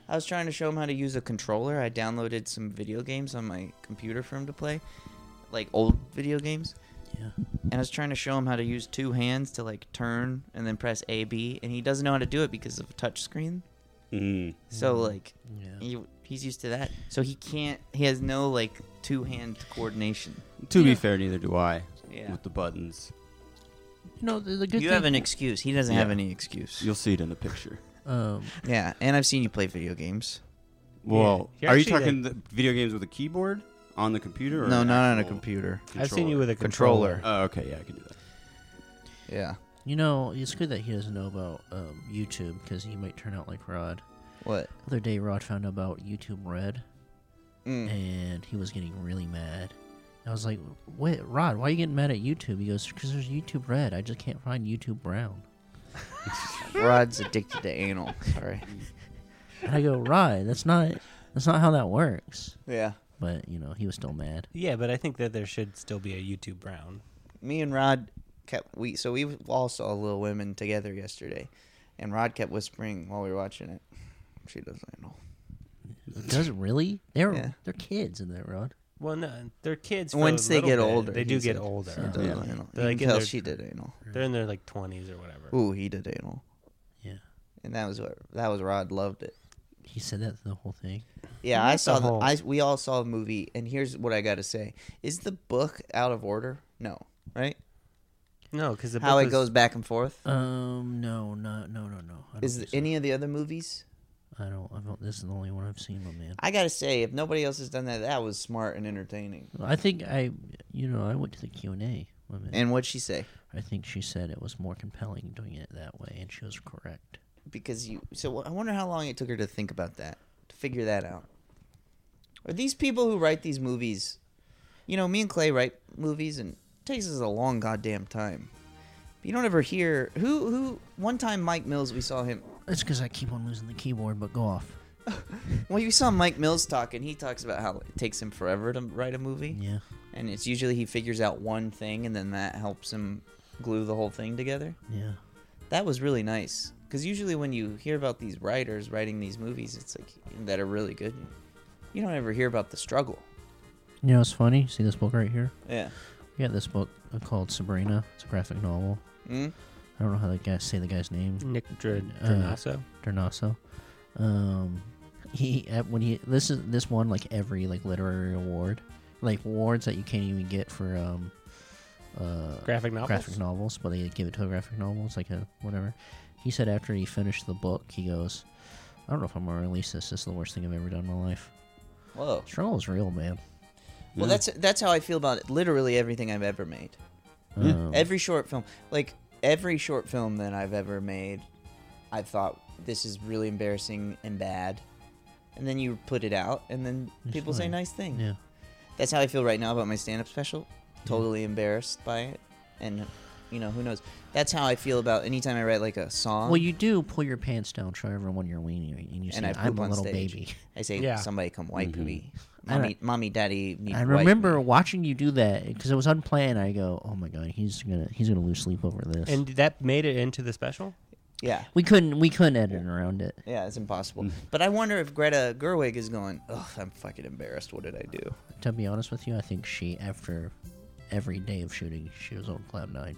Speaker 2: I was trying to show him how to use a controller. I downloaded some video games on my computer for him to play, like old video games.
Speaker 3: Yeah.
Speaker 2: And I was trying to show him how to use two hands to like turn and then press A B, and he doesn't know how to do it because of a touch screen.
Speaker 5: Mm.
Speaker 2: So like,
Speaker 3: Yeah.
Speaker 2: he, he's used to that. So he can't. He has no like two hand coordination.
Speaker 5: To be fair, neither do I.
Speaker 2: Yeah.
Speaker 5: With the buttons,
Speaker 3: You know, the, the good
Speaker 2: You
Speaker 3: thing.
Speaker 2: have an excuse. He doesn't have
Speaker 5: Yeah.
Speaker 2: any excuse.
Speaker 5: you'll see it in the picture.
Speaker 3: um,
Speaker 2: yeah, and I've seen you play video games.
Speaker 5: Well,
Speaker 4: You're
Speaker 5: are you
Speaker 4: actually
Speaker 5: talking the video games with a keyboard on the computer? Or
Speaker 2: No,
Speaker 5: an
Speaker 2: not on a
Speaker 5: actual
Speaker 2: computer.
Speaker 4: I've seen you with a
Speaker 2: Controller.
Speaker 4: controller.
Speaker 5: Oh, okay, yeah, I can do that.
Speaker 2: Yeah.
Speaker 3: you know, it's good that he doesn't know about um, YouTube because he might turn out like Rod.
Speaker 2: What?
Speaker 3: other day, Rod found out about YouTube Red,
Speaker 2: Mm.
Speaker 3: and he was getting really mad. I was like, "Wait, Rod, why are you getting mad at YouTube?" He goes, "Because there's YouTube Red. I just can't find YouTube Brown."
Speaker 2: Rod's addicted to anal. Sorry.
Speaker 3: And I go, "Rod, that's not that's not how that works."
Speaker 2: Yeah.
Speaker 3: But you know, he was still mad.
Speaker 4: Yeah, but I think that there should still be a YouTube Brown.
Speaker 2: Me and Rod kept we so we all saw Little Women together yesterday, and Rod kept whispering while we were watching it. She doesn't know.
Speaker 3: Does it really? They're
Speaker 2: Yeah.
Speaker 3: they're kids in that, Rod.
Speaker 4: Well, no, they're kids. for a
Speaker 2: Once they
Speaker 4: little
Speaker 2: get
Speaker 4: bit.
Speaker 2: older,
Speaker 4: they do
Speaker 2: he
Speaker 4: get
Speaker 2: said.
Speaker 4: older.
Speaker 2: She does
Speaker 5: Yeah.
Speaker 2: anal.
Speaker 4: They're
Speaker 2: You
Speaker 4: like
Speaker 2: can
Speaker 4: in
Speaker 2: tell
Speaker 4: their-
Speaker 2: she did anal.
Speaker 4: They're in their like twenties or whatever.
Speaker 2: Ooh, he did anal,
Speaker 3: Yeah,
Speaker 2: and that was what that was. Rod loved it.
Speaker 3: he said that the whole thing.
Speaker 2: Yeah, I saw the.
Speaker 4: whole-
Speaker 2: I we all saw the movie, and here's what I got to say: Is the book out of order? No, right?
Speaker 4: No, because the
Speaker 2: How
Speaker 4: book
Speaker 2: it
Speaker 4: was-
Speaker 2: goes back and forth.
Speaker 3: Um, no, no, no, no, no. I don't
Speaker 2: Is
Speaker 3: think so.
Speaker 2: any of the other movies
Speaker 3: I don't. I don't. This is the only one I've seen, my man.
Speaker 2: I gotta say, if nobody else has done that, that was smart and entertaining.
Speaker 3: I think I, you know, I went to the Q and A, my man.
Speaker 2: And what'd she say?
Speaker 3: I think she said it was more compelling doing it that way, and she was correct.
Speaker 2: Because you, so I wonder how long it took her to think about that, to figure that out. Are these people who write these movies? You know, me and Clay write movies, and it takes us a long goddamn time. But you don't ever hear who who. One time, Mike Mills, we saw him.
Speaker 3: It's because I keep on losing the keyboard, but go off.
Speaker 2: Well, you saw Mike Mills talk, and he talks about how it takes him forever to write a movie,
Speaker 3: Yeah.
Speaker 2: and it's usually he figures out one thing, and then that helps him glue the whole thing together.
Speaker 3: Yeah.
Speaker 2: that was really nice because usually when you hear about these writers writing these movies it's like that are really good you don't ever hear about the struggle
Speaker 3: You know, it's funny. See this book right here?
Speaker 2: yeah
Speaker 3: We got this book called Sabrina. It's a graphic novel.
Speaker 2: mm?
Speaker 3: I don't know how the guy say the guy's name.
Speaker 4: Nick Dr-
Speaker 3: Uh,
Speaker 4: Dronasso.
Speaker 3: Dernasso. Um, he at- when he this is this won like every like literary award, like awards that you can't even get for um, uh,
Speaker 4: graphic novels.
Speaker 3: graphic novels, but they give it to a graphic novel. It's like a whatever. He said after he finished the book, he goes, "I don't know if I'm gonna release this. This is the worst thing I've ever done in my life."
Speaker 2: whoa
Speaker 3: Struggle is real, man.
Speaker 2: well that's that's how i feel about it. literally everything i've ever made
Speaker 3: Um,
Speaker 2: Hmm. every short film like every short film that i've ever made i thought this is really embarrassing and bad and then you put it out and then
Speaker 3: It's
Speaker 2: people say
Speaker 3: fine.
Speaker 2: nice things
Speaker 3: yeah,
Speaker 2: that's how I feel right now about my stand-up special. Totally embarrassed by it, and you know who knows. That's how I feel about anytime I write like a song.
Speaker 3: well, you do pull your pants down, show everyone your weenie, and you say,
Speaker 2: and I poop
Speaker 3: "I'm a
Speaker 2: on
Speaker 3: little
Speaker 2: stage.
Speaker 3: baby."
Speaker 2: I say,
Speaker 4: Yeah.
Speaker 2: "Somebody come wipe me,
Speaker 3: Mm-hmm. I
Speaker 2: mommy, mommy, daddy." Need
Speaker 3: I
Speaker 2: to wipe
Speaker 3: remember
Speaker 2: me."
Speaker 3: watching you do that because it was unplanned. I go, "Oh my god, he's gonna he's gonna lose sleep over this."
Speaker 4: And that made it into the special.
Speaker 2: Yeah,
Speaker 3: we couldn't we couldn't edit around it.
Speaker 2: yeah, it's
Speaker 3: Mm.
Speaker 2: impossible. but I wonder if Greta Gerwig is going. Ugh, I'm fucking embarrassed. What did I do?
Speaker 3: To be honest with you, I think she after every day of shooting, she was on cloud nine.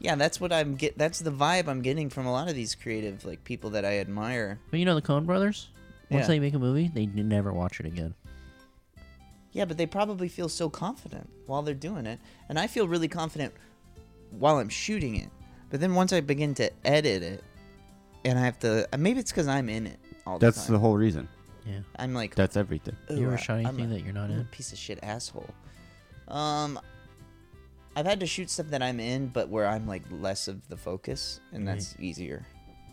Speaker 2: Yeah, that's what I'm get. That's the vibe I'm getting from a lot of these creative like people that I admire.
Speaker 3: But you know the Coen Brothers. Once
Speaker 2: Yeah.
Speaker 3: they make a movie, they n- never watch it again.
Speaker 2: Yeah, but they probably feel so confident while they're doing it. And I feel really confident while I'm shooting it. But then once I begin to edit it, and I have to, uh, maybe it's because I'm in it all the
Speaker 5: That's
Speaker 2: time.
Speaker 5: the whole reason.
Speaker 3: Yeah.
Speaker 2: I'm like,
Speaker 5: That's everything.
Speaker 3: You
Speaker 2: "Ooh,
Speaker 3: ever shot
Speaker 2: I'm a-
Speaker 3: anything
Speaker 2: Mm-hmm.
Speaker 3: that you're not
Speaker 2: I'm a
Speaker 3: in?
Speaker 2: piece of shit asshole. Um, I've had to shoot stuff that I'm in, but where I'm like less of the focus,
Speaker 3: Mm-hmm.
Speaker 2: and that's easier,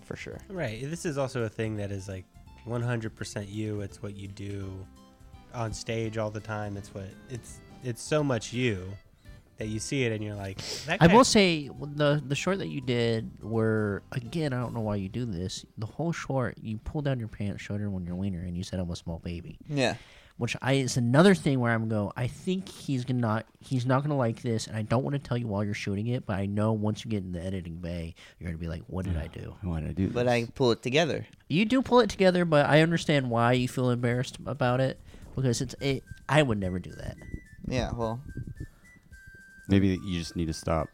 Speaker 2: for sure.
Speaker 4: Right. This is also a thing that is like 100% you. It's what you do on stage all the time. It's what it's it's so much you that you see it and you're like that
Speaker 3: I
Speaker 4: guy
Speaker 3: will say the the short that you did were again I don't know why you do this. The whole short you pulled down your pants, showed everyone your wiener, and you said I'm a small baby.
Speaker 2: Yeah.
Speaker 3: which I is another thing where I'm go. I think he's gonna not he's not gonna like this, and I don't want to tell you while you're shooting it, but I know once you get in the editing bay, you're gonna be like, "What did I do?"
Speaker 5: Why did I do
Speaker 2: But
Speaker 5: this?
Speaker 2: I pull it together.
Speaker 3: You do pull it together, but I understand why you feel embarrassed about it because it's it. I would never do that.
Speaker 2: Yeah, well,
Speaker 5: Maybe you just need to stop.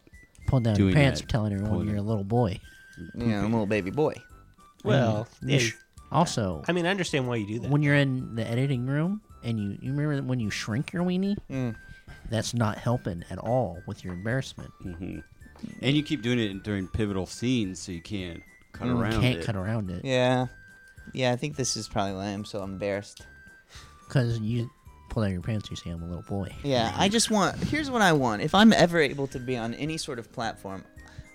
Speaker 3: Pull down your
Speaker 5: Doing
Speaker 3: pants,
Speaker 5: that,
Speaker 3: for telling everyone
Speaker 5: pulling
Speaker 3: you're
Speaker 5: it.
Speaker 3: a little boy.
Speaker 2: you know, I'm a little baby boy.
Speaker 4: Well, yeah,
Speaker 3: Sh- also,
Speaker 4: I mean, I understand why you do that.
Speaker 3: when you're in the editing room and you you remember when you shrink your weenie,
Speaker 2: Mm.
Speaker 3: that's not helping at all with your embarrassment.
Speaker 5: And you keep doing it during pivotal scenes, so Mm, you can't cut
Speaker 3: You
Speaker 5: around
Speaker 3: can't
Speaker 5: it.
Speaker 3: cut around it
Speaker 2: Yeah. Yeah, I think this is probably why I'm so embarrassed.
Speaker 3: because you pull down your pants. You say, "I'm a little boy."
Speaker 2: Yeah, I just want. Here's what I want. If I'm ever able to be on any sort of platform,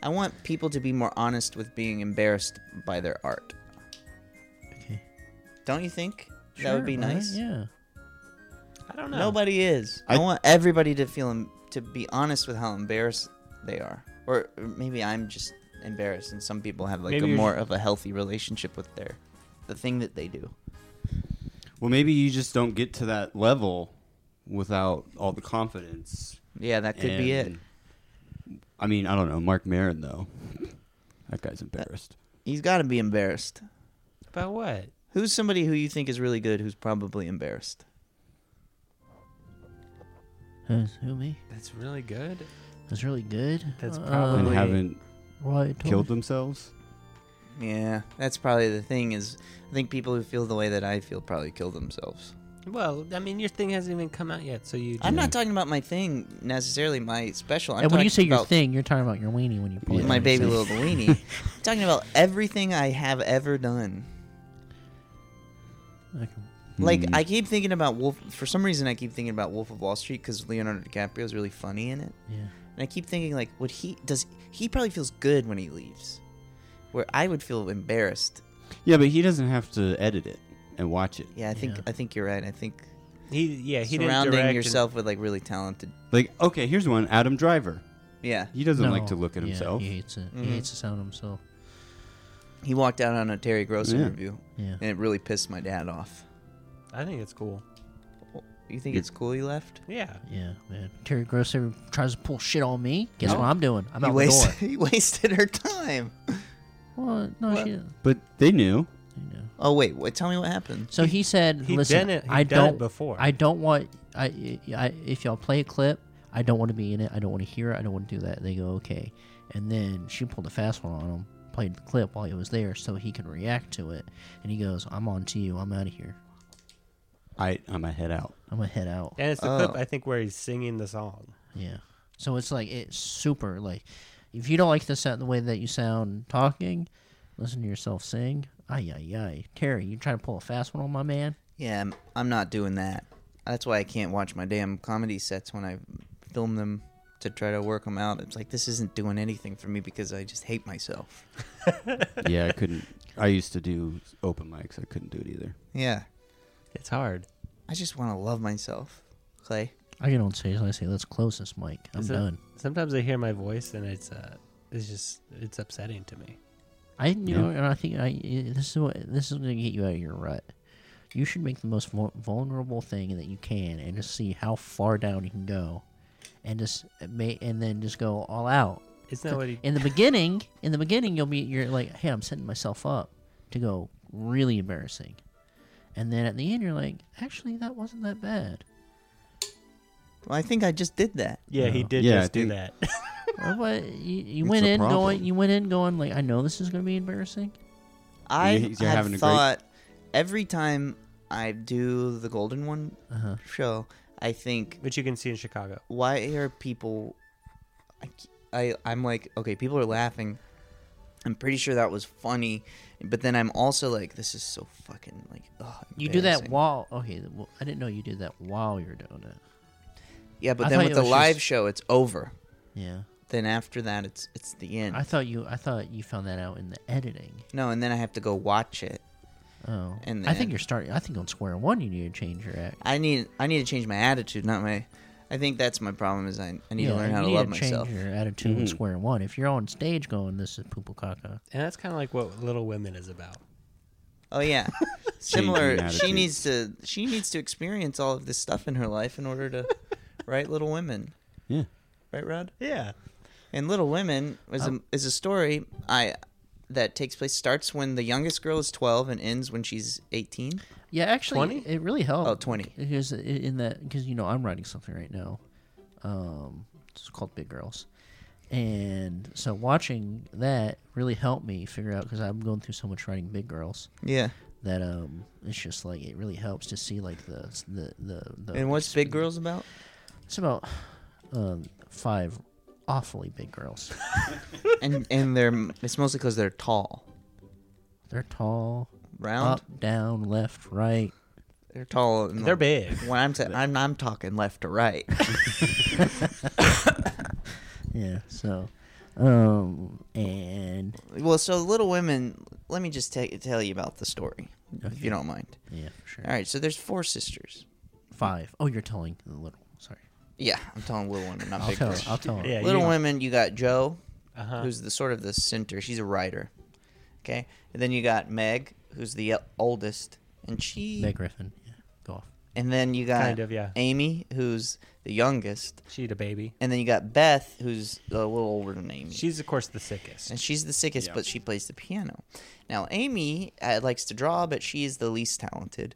Speaker 2: I want people to be more honest with being embarrassed by their art.
Speaker 3: Okay.
Speaker 2: Don't you think that would be
Speaker 3: Sure, right?
Speaker 2: nice?
Speaker 3: Yeah.
Speaker 4: I don't know.
Speaker 2: Nobody is. I,
Speaker 5: I-
Speaker 2: want everybody to feel em- to be honest with how embarrassed they are, or or maybe I'm just embarrassed, and some people have like
Speaker 4: Maybe
Speaker 2: a
Speaker 4: you're
Speaker 2: more
Speaker 4: ju-
Speaker 2: of a healthy relationship with their the thing that they do.
Speaker 5: Well, maybe you just don't get to that level without all the confidence.
Speaker 2: Yeah, that could be it.
Speaker 5: And- I mean, I don't know. Mark Maron, though. That guy's embarrassed.
Speaker 2: He's got to be embarrassed.
Speaker 4: About what?
Speaker 2: Who's somebody who you think is really good who's probably embarrassed?
Speaker 3: Who's- who me?
Speaker 4: That's really good.
Speaker 3: That's really good.
Speaker 4: That's
Speaker 3: Uh,
Speaker 2: oh,
Speaker 5: And
Speaker 4: probably- Wait.
Speaker 5: haven't
Speaker 3: right,
Speaker 5: killed themselves?
Speaker 2: Yeah, that's probably the thing is I think people who feel the way that I feel probably kill themselves.
Speaker 4: Well, I mean, your thing hasn't even come out yet, so you.
Speaker 2: I'm not talking about my thing necessarily, my special. I'm
Speaker 3: and when you say
Speaker 2: talking
Speaker 3: your
Speaker 2: about
Speaker 3: thing, you're talking about your weenie when you pull it.
Speaker 2: my
Speaker 3: down.
Speaker 2: baby little weenie, I'm talking about everything I have ever done.
Speaker 3: Okay.
Speaker 2: Like
Speaker 5: Hmm.
Speaker 3: Hmm.
Speaker 2: I keep thinking about Wolf. For some reason, I keep thinking about Wolf of Wall Street because Leonardo DiCaprio is really funny in it.
Speaker 3: Yeah.
Speaker 2: And I keep thinking, like, would he does he probably feels good when he leaves, where I would feel embarrassed.
Speaker 5: Yeah, but he doesn't have to edit it and watch it.
Speaker 2: Yeah, I think
Speaker 3: Yeah.
Speaker 2: I think you're right. I think
Speaker 4: He, yeah, he didn't direct
Speaker 2: surrounding
Speaker 4: and-
Speaker 2: yourself with like really talented.
Speaker 5: Like, okay, here's one Adam Driver.
Speaker 2: Yeah,
Speaker 5: He doesn't like
Speaker 3: No,
Speaker 5: to look at
Speaker 3: yeah,
Speaker 5: himself.
Speaker 3: he hates it.
Speaker 2: Mm-hmm.
Speaker 3: He hates the sound of himself.
Speaker 2: he walked out on a Terry Gross
Speaker 5: Yeah.
Speaker 2: interview,
Speaker 3: Yeah.
Speaker 2: and it really pissed my dad off.
Speaker 4: I think it's cool.
Speaker 2: You think it's cool he left?
Speaker 4: Yeah.
Speaker 3: Yeah, man. Terry Gross ever tries to pull shit on me. Guess what I'm doing? I'm
Speaker 2: He
Speaker 3: out the
Speaker 2: wasted,
Speaker 3: door.
Speaker 2: he wasted her time.
Speaker 3: Well, no, she. You
Speaker 5: But they knew.
Speaker 3: know.
Speaker 2: Oh wait, wait tell me what happened.
Speaker 3: So he said,
Speaker 4: he
Speaker 3: "Listen,
Speaker 4: done it- he
Speaker 3: I
Speaker 4: done it
Speaker 3: don't
Speaker 4: before.
Speaker 3: I don't want. I, I if y'all play a clip, I don't want to be in it. I don't want to hear it. I don't want to do that." They go, "Okay," and then she pulled a fast one on him, played the clip while he was there, so he could react to it. And he goes, "I'm on to you. I'm out of here.
Speaker 5: I, I'm a head out.
Speaker 3: I'm gonna head out."
Speaker 4: And it's the
Speaker 2: Oh.
Speaker 4: clip I think where he's singing the song.
Speaker 3: Yeah. So it's like it's super like if you don't like the sound the way that you sound talking, listen to yourself sing. Ay ay ay. Terry, you trying to pull a fast one on my man?
Speaker 2: Yeah, I'm, I'm not doing that. That's why I can't watch my damn comedy sets when I film them to try to work them out. It's like this isn't doing anything for me because I just hate myself.
Speaker 5: yeah, I couldn't. I used to do open mics. I couldn't do it either.
Speaker 2: Yeah,
Speaker 4: It's hard.
Speaker 2: I just want to love myself, Clay.
Speaker 3: I get on stage and I say, Let's close this mic. I'm
Speaker 4: So-
Speaker 3: done.
Speaker 4: Sometimes I hear my voice and it's uh, it's just it's upsetting to me.
Speaker 3: I you know and I think I i- this is what this is gonna get you out of your rut. You should make the most vul- vulnerable thing that you can and just see how far down you can go. And just may and then just go all out.
Speaker 4: Isn't that what he?
Speaker 3: in the beginning, in the beginning, you'll be you're like, hey, I'm setting myself up to go really embarrassing, and then at the end, you're like, actually, that wasn't that bad.
Speaker 2: Well, I think I just did that.
Speaker 4: Yeah, he did
Speaker 5: Yeah, I
Speaker 4: just do
Speaker 5: think-
Speaker 4: that.
Speaker 3: Well, but you, you
Speaker 5: It's
Speaker 3: went
Speaker 5: the
Speaker 3: in going,
Speaker 5: problem.
Speaker 3: you went in going like, I know this is gonna be embarrassing.
Speaker 2: I
Speaker 5: You're- you're
Speaker 2: have
Speaker 5: having a great-
Speaker 2: thought every time I do the Golden One
Speaker 3: Uh-huh.
Speaker 2: show, I think
Speaker 4: Which you can see in Chicago.
Speaker 2: why are people I, I i'm like okay people are laughing i'm pretty sure that was funny but then i'm also like this is so fucking like ugh,
Speaker 3: You do that
Speaker 2: embarrassing.
Speaker 3: while okay, th- well, I didn't know you did that while you're doing it.
Speaker 2: yeah but
Speaker 3: I
Speaker 2: then
Speaker 3: thought
Speaker 2: with
Speaker 3: it
Speaker 2: the
Speaker 3: was
Speaker 2: live
Speaker 3: just-
Speaker 2: show it's over
Speaker 3: Yeah,
Speaker 2: then after that it's it's the end
Speaker 3: I thought you, I thought you found that out in the editing.
Speaker 2: no and then i have to go watch it
Speaker 3: Oh,
Speaker 2: And
Speaker 3: I think
Speaker 2: then-
Speaker 3: you're starting. I think on square one, you need to change your act.
Speaker 2: i need i need to change my attitude not my i think that's my problem is i, I need to learn
Speaker 3: you
Speaker 2: how to
Speaker 3: need
Speaker 2: love
Speaker 3: change
Speaker 2: myself Mm-hmm.
Speaker 3: your attitude on square one. If you're on stage going, this is poopoo caca.
Speaker 4: And that's kind of like what Little Women is about.
Speaker 2: Oh yeah. Similar. She
Speaker 5: attitude.
Speaker 2: needs to. She needs to experience all of this stuff in her life in order to write Little Women.
Speaker 5: Yeah.
Speaker 2: Right, Rod.
Speaker 4: Yeah.
Speaker 2: And Little Women is
Speaker 4: Um,
Speaker 2: a is a story I that takes place starts when the youngest girl is 12 and ends when she's 18.
Speaker 3: Yeah, actually,
Speaker 4: 20?
Speaker 3: it really helped.
Speaker 2: Oh, 20.
Speaker 3: Because i- in that, because you know, I'm writing something right now. Um, it's called Big Girls, and so watching that really helped me figure out because I'm going through so much writing Big Girls
Speaker 2: Yeah.
Speaker 3: that um, it's just like it really helps to see like the the the. the
Speaker 2: And what's Big Girls about?
Speaker 3: It's about um, five awfully big girls.
Speaker 2: And and they're it's mostly cuz they're tall.
Speaker 3: They're tall,
Speaker 2: Round.
Speaker 3: up, down, left, right.
Speaker 2: They're tall. And
Speaker 4: Uh, They're big.
Speaker 2: When I'm, ta- I'm I'm talking left to right.
Speaker 3: Yeah, so. Um and
Speaker 2: well, so Little Women. Let me just ta- tell you about the story, if you don't mind.
Speaker 3: yeah, for sure.
Speaker 2: All right. So there's four sisters.
Speaker 3: Five. Oh, you're telling the little. Sorry.
Speaker 2: Yeah, I'm telling Little Women, not
Speaker 3: I'll
Speaker 2: Big
Speaker 3: tell.
Speaker 2: Girls.
Speaker 3: I'll tell.
Speaker 4: Yeah.
Speaker 2: Little
Speaker 4: you-
Speaker 2: Women. You got Joe,
Speaker 4: Uh-huh.
Speaker 2: who's the sort of the center. She's a writer. Okay. And then you got Meg, who's the uh, oldest, and she.
Speaker 3: Meg Griffin. Yeah. Go off.
Speaker 2: And then you got
Speaker 4: Kind of, yeah.
Speaker 2: Amy, who's the youngest,
Speaker 4: She a baby.
Speaker 2: and then you got Beth, who's a little older than Amy.
Speaker 4: She's of course the sickest.
Speaker 2: and she's the sickest,
Speaker 5: Yeah.
Speaker 2: but she plays the piano. Now, Amy uh, likes to draw, but she is the least talented.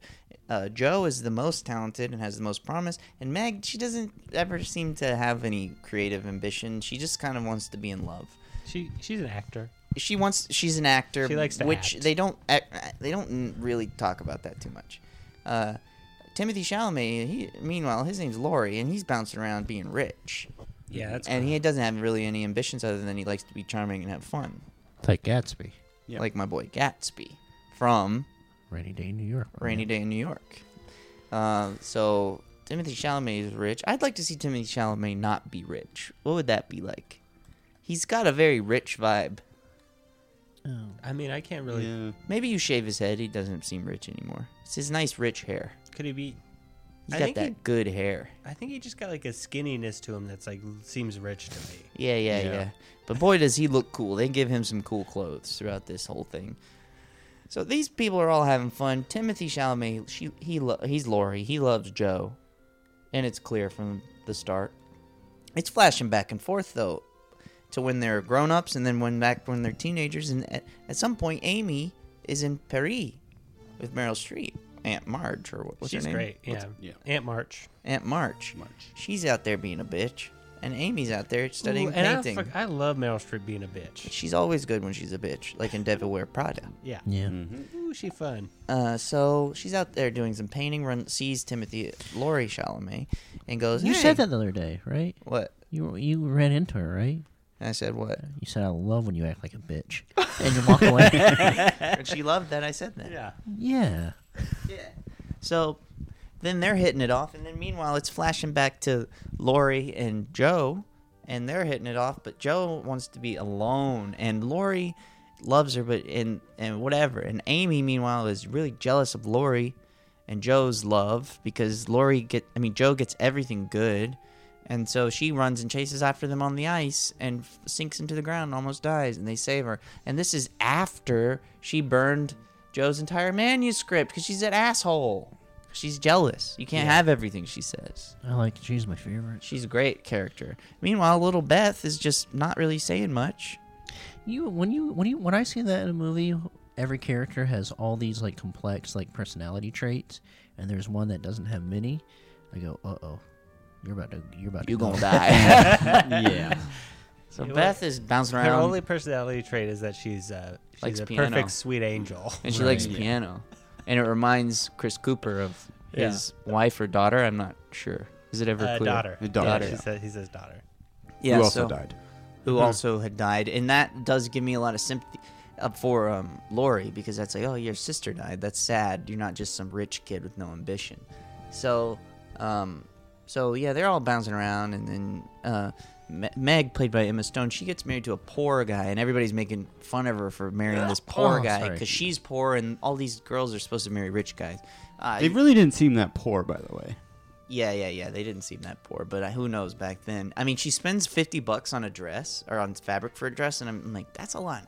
Speaker 2: Uh, Joe is the most talented and has the most promise. And Meg, she doesn't ever seem to have any creative ambition. She just kind of wants to be in love.
Speaker 4: She she's an actor.
Speaker 2: She wants. She's an actor.
Speaker 4: She likes to
Speaker 2: which
Speaker 4: act.
Speaker 2: they don't. act- They don't n- really talk about that too much. Uh, Timothy Chalamet. He, meanwhile, his name's Laurie, and he's bouncing around being rich.
Speaker 4: Yeah, that's
Speaker 2: and he doesn't have really any ambitions other than he likes to be charming and have fun
Speaker 3: Like Gatsby.
Speaker 5: Yeah.
Speaker 2: like my boy Gatsby from
Speaker 3: Rainy Day in New York.
Speaker 4: Mm-hmm.
Speaker 2: Rainy Day in New York. Uh, so Timothy Chalamet is rich. I'd like to see Timothy Chalamet not be rich. What would that be like? He's got a very rich vibe.
Speaker 3: Oh.
Speaker 4: I mean, I can't really
Speaker 5: Yeah.
Speaker 2: Maybe you shave his head. He doesn't seem rich anymore. It's his nice rich hair.
Speaker 4: could he be
Speaker 2: He's
Speaker 4: I
Speaker 2: got
Speaker 4: think
Speaker 2: that
Speaker 4: he-
Speaker 2: good hair.
Speaker 4: I think he just got like a skinniness to him that's like seems rich to me.
Speaker 2: Yeah, yeah, yeah,
Speaker 5: Yeah.
Speaker 2: But boy, does he look cool. They give him some cool clothes throughout this whole thing. So these people are all having fun. Timothy Chalamet, she, he, lo- he's Laurie. He loves Joe, and it's clear from the start. It's flashing back and forth though, to when they're grown-ups and then when back when they're teenagers. And at, at some point, Amy is in Paris with Meryl Streep, Aunt Marge, or what was
Speaker 4: she's
Speaker 2: her name?
Speaker 4: great. Yeah.
Speaker 5: yeah.
Speaker 4: Aunt March.
Speaker 2: Aunt March.
Speaker 5: March.
Speaker 2: She's out there being a bitch, and Amy's out there studying
Speaker 4: Ooh, and I,
Speaker 2: painting.
Speaker 4: fuck- I love Meryl Streep being a bitch.
Speaker 2: She's always good when she's a bitch, like in Devil Wear Prada.
Speaker 4: Yeah.
Speaker 3: Yeah.
Speaker 2: Mm-hmm.
Speaker 4: Ooh, she fun.
Speaker 2: Uh, so she's out there doing some painting, run, sees Timothy Laurie Chalamet, and goes,
Speaker 3: You
Speaker 2: "Hey."
Speaker 3: said that the other day, right?
Speaker 2: What?
Speaker 3: You you ran into her, right?
Speaker 2: And I said, What?
Speaker 3: You said I love when you act like a bitch and you walk away.
Speaker 2: and she loved that I said that.
Speaker 4: Yeah.
Speaker 3: yeah.
Speaker 2: So then they're hitting it off, and then meanwhile it's flashing back to Lori and Joe, and they're hitting it off, but Joe wants to be alone, and Lori loves her, but and and whatever, and Amy meanwhile is really jealous of Lori and Joe's love because Lori get, I mean Joe gets everything good. And so she runs and chases after them on the ice and f- sinks into the ground and almost dies. And they save her. And this is after she burned Joe's entire manuscript because she's an asshole. She's jealous. You can't have everything she says.
Speaker 3: I like she's my favorite.
Speaker 2: She's a great character. Meanwhile, little Beth is just not really saying much.
Speaker 3: You when you when you when I see that in a movie, every character has all these like complex like personality traits, and there's one that doesn't have many. I go, uh oh, you're about to you're about
Speaker 2: You
Speaker 3: to
Speaker 2: gonna die.
Speaker 5: yeah.
Speaker 2: so
Speaker 4: Yeah,
Speaker 2: Beth is bouncing
Speaker 4: Her
Speaker 2: around
Speaker 4: only personality trait is that she's uh she's
Speaker 2: Likes
Speaker 4: a
Speaker 2: piano.
Speaker 4: perfect sweet angel.
Speaker 2: and she likes piano. And it reminds Chris Cooper of
Speaker 4: Yeah.
Speaker 2: his wife or daughter. I'm not sure. Is it ever
Speaker 4: Uh,
Speaker 2: clear?
Speaker 4: daughter.
Speaker 5: A daughter.
Speaker 4: Yeah, she says, he says daughter.
Speaker 2: Yeah,
Speaker 5: Who also
Speaker 2: so-
Speaker 5: died?
Speaker 3: Hmm.
Speaker 2: who also had died, and that does give me a lot of sympathy uh, for um, Lori because that's like, oh, your sister died. That's sad. You're not just some rich kid with no ambition. So, um, so yeah, they're all bouncing around, and then uh, Me- Meg, played by Emma Stone, she gets married to a poor guy, and everybody's making fun of her for marrying this poor
Speaker 3: Oh,
Speaker 2: guy
Speaker 3: sorry.
Speaker 2: because she's poor, and all these girls are supposed to marry rich guys. Uh,
Speaker 5: It really didn't seem that poor, by the way.
Speaker 2: yeah, yeah, yeah. They didn't seem that poor, but uh, who knows back then? I mean, she spends fifty bucks on a dress or on fabric for a dress, and I'm like, that's a lot.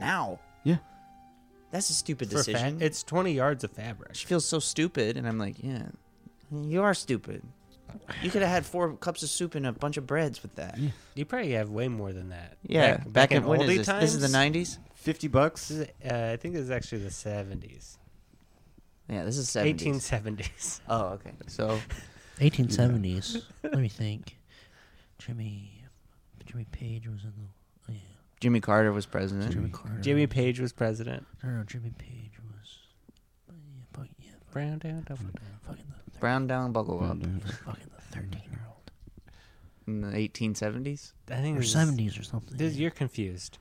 Speaker 2: Now,
Speaker 5: Yeah.
Speaker 2: That's a stupid
Speaker 4: For fa-
Speaker 2: decision.
Speaker 4: it's 20 yards of fabric.
Speaker 2: she feels so stupid, and I'm like, yeah, you are stupid. You could have had four cups of soup and a bunch of breads with that. Yeah,
Speaker 4: You probably have way more than that.
Speaker 2: back, in, when is
Speaker 4: oldie
Speaker 2: this? This is the
Speaker 4: times?
Speaker 2: 90s.
Speaker 5: Fifty bucks.
Speaker 4: This is, uh, I think this is actually the 70s.
Speaker 2: Yeah, this is 70s.
Speaker 4: 1870s.
Speaker 2: Oh, okay. So
Speaker 3: 1870s. Let me think. Jimmy, Jimmy Page was in the. oh, Yeah,
Speaker 2: Jimmy Carter was president.
Speaker 3: Jimmy Carter.
Speaker 4: Jimmy Page was president.
Speaker 3: No, no, Jimmy Page was. Yeah, fuck, yeah,
Speaker 4: Brown down, double down.
Speaker 3: fucking the,
Speaker 2: Brown down, buckle up.
Speaker 5: uh,
Speaker 3: thir- fucking the 13 year old
Speaker 2: In the 1870s.
Speaker 4: I think
Speaker 3: or
Speaker 4: this is-
Speaker 3: 70s or something.
Speaker 4: This, you're confused.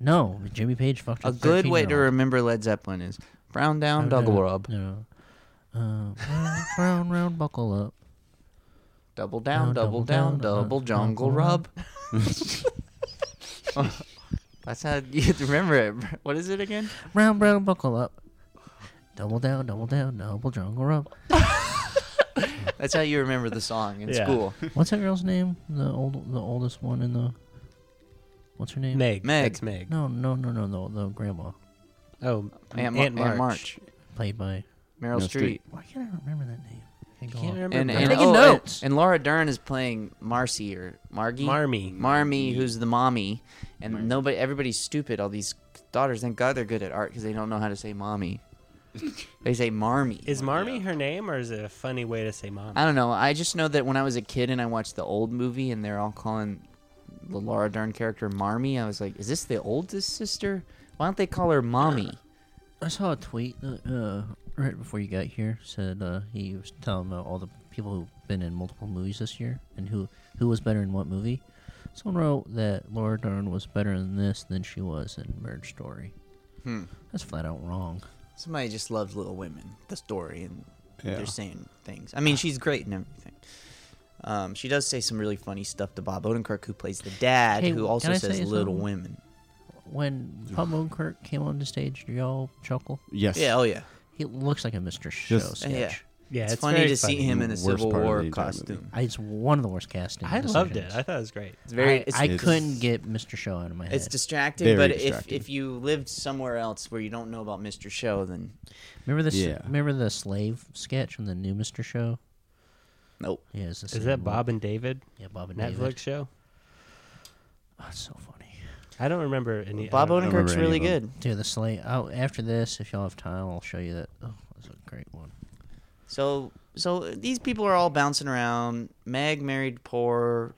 Speaker 3: no, Jimmy Page fucked
Speaker 2: A
Speaker 3: with
Speaker 2: good way to
Speaker 3: 13-year-old.
Speaker 2: remember Led Zeppelin is Brown down,
Speaker 3: No, no,
Speaker 2: double up.
Speaker 3: No. Uh, brown, brown, round, buckle up.
Speaker 2: Double down,
Speaker 3: No,
Speaker 2: double
Speaker 3: double
Speaker 2: down,
Speaker 3: down, uh,
Speaker 2: double jungle
Speaker 3: jungle
Speaker 2: rub. That's how you have to remember it. What is it again?
Speaker 3: Round, brown, buckle up. Double down, double down, double jungle rub.
Speaker 2: That's how you remember the song in
Speaker 4: Yeah.
Speaker 2: school.
Speaker 3: What's that girl's name? The old, the oldest one in the. What's her name?
Speaker 4: Meg.
Speaker 2: Meg.
Speaker 4: That's Meg.
Speaker 3: No, no, no, no, no. The grandma
Speaker 4: Oh,
Speaker 2: Aunt,
Speaker 4: Aunt,
Speaker 2: Ma-
Speaker 4: March.
Speaker 2: Aunt March.
Speaker 3: played by.
Speaker 2: Meryl
Speaker 5: Meryl
Speaker 2: Street.
Speaker 5: Streep.
Speaker 3: Why can't I remember that name? Can't go
Speaker 4: Can't
Speaker 3: off.
Speaker 4: remember.
Speaker 2: And,
Speaker 4: Meg.
Speaker 2: and,
Speaker 3: taking
Speaker 2: oh,
Speaker 3: notes.
Speaker 2: and, and Laura Dern is playing Marcy or Margie.
Speaker 4: Marmy.
Speaker 2: Marmy, who's the mommy, and nobody, everybody's stupid. All these daughters, thank God they're good at art because they don't know how to say mommy. they say Marmy.
Speaker 4: is Marmy her name, or is it a funny way to say mom?
Speaker 2: I don't know. I just know that when I was a kid and I watched the old movie and they're all calling the Laura Dern character Marmy, I was like, is this the oldest sister? Why don't they call her Mommy?
Speaker 3: I saw a tweet uh, uh, right before you got here said uh, he was telling about all the people who've been in multiple movies this year and who who was better in what movie. Someone wrote that Laura Dern was better in this than she was in Marriage Story. That's flat out wrong.
Speaker 2: Hmm. Somebody just loves Little Women, the story, and
Speaker 5: Yeah.
Speaker 2: they're saying things. I mean, she's great and everything. Um, she does say some really funny stuff to Bob Odenkirk, who plays the dad,
Speaker 3: Hey,
Speaker 2: who also
Speaker 3: can I
Speaker 2: says
Speaker 3: say
Speaker 2: Little
Speaker 3: something?
Speaker 2: Women.
Speaker 3: When Bob Odenkirk came on the stage, do y'all chuckle?
Speaker 5: Yes.
Speaker 2: Yeah, oh yeah.
Speaker 3: He looks like a Mr. Show
Speaker 5: Just-
Speaker 3: sketch.
Speaker 2: Yeah.
Speaker 4: yeah,
Speaker 2: it's, funny
Speaker 4: very
Speaker 2: to see him in a
Speaker 5: Worst
Speaker 2: Civil
Speaker 5: part of
Speaker 2: War
Speaker 5: the entire movie.
Speaker 2: costume.
Speaker 3: I- It's one of the worst casting.
Speaker 4: I loved it. I thought it was great.
Speaker 2: It's very.
Speaker 3: I,
Speaker 2: it's,
Speaker 3: I
Speaker 5: it's-
Speaker 3: couldn't get Mr. Show out of my head.
Speaker 2: it's distracting,
Speaker 5: Very
Speaker 2: but
Speaker 5: distracting.
Speaker 2: if if you lived somewhere else where you don't know about Mr. Show, then
Speaker 3: remember this?
Speaker 5: Yeah.
Speaker 3: Remember the slave sketch on the new Mr. Show?
Speaker 2: nope.
Speaker 3: Yeah, it's the same
Speaker 4: Is that
Speaker 3: one.
Speaker 4: Bob and David
Speaker 3: Yeah, Bob and
Speaker 4: Netflix
Speaker 3: David.
Speaker 4: show?
Speaker 3: That's so funny.
Speaker 4: I don't remember any. I
Speaker 2: Bob
Speaker 4: don't know.
Speaker 5: remember
Speaker 2: Odenkirk's
Speaker 5: any
Speaker 2: really
Speaker 5: of them.
Speaker 2: good.
Speaker 3: Dude, the slate. Oh, after this, if y'all have time, I'll show you that. Oh, that's a great one.
Speaker 2: So so these people are all bouncing around. Meg married poor.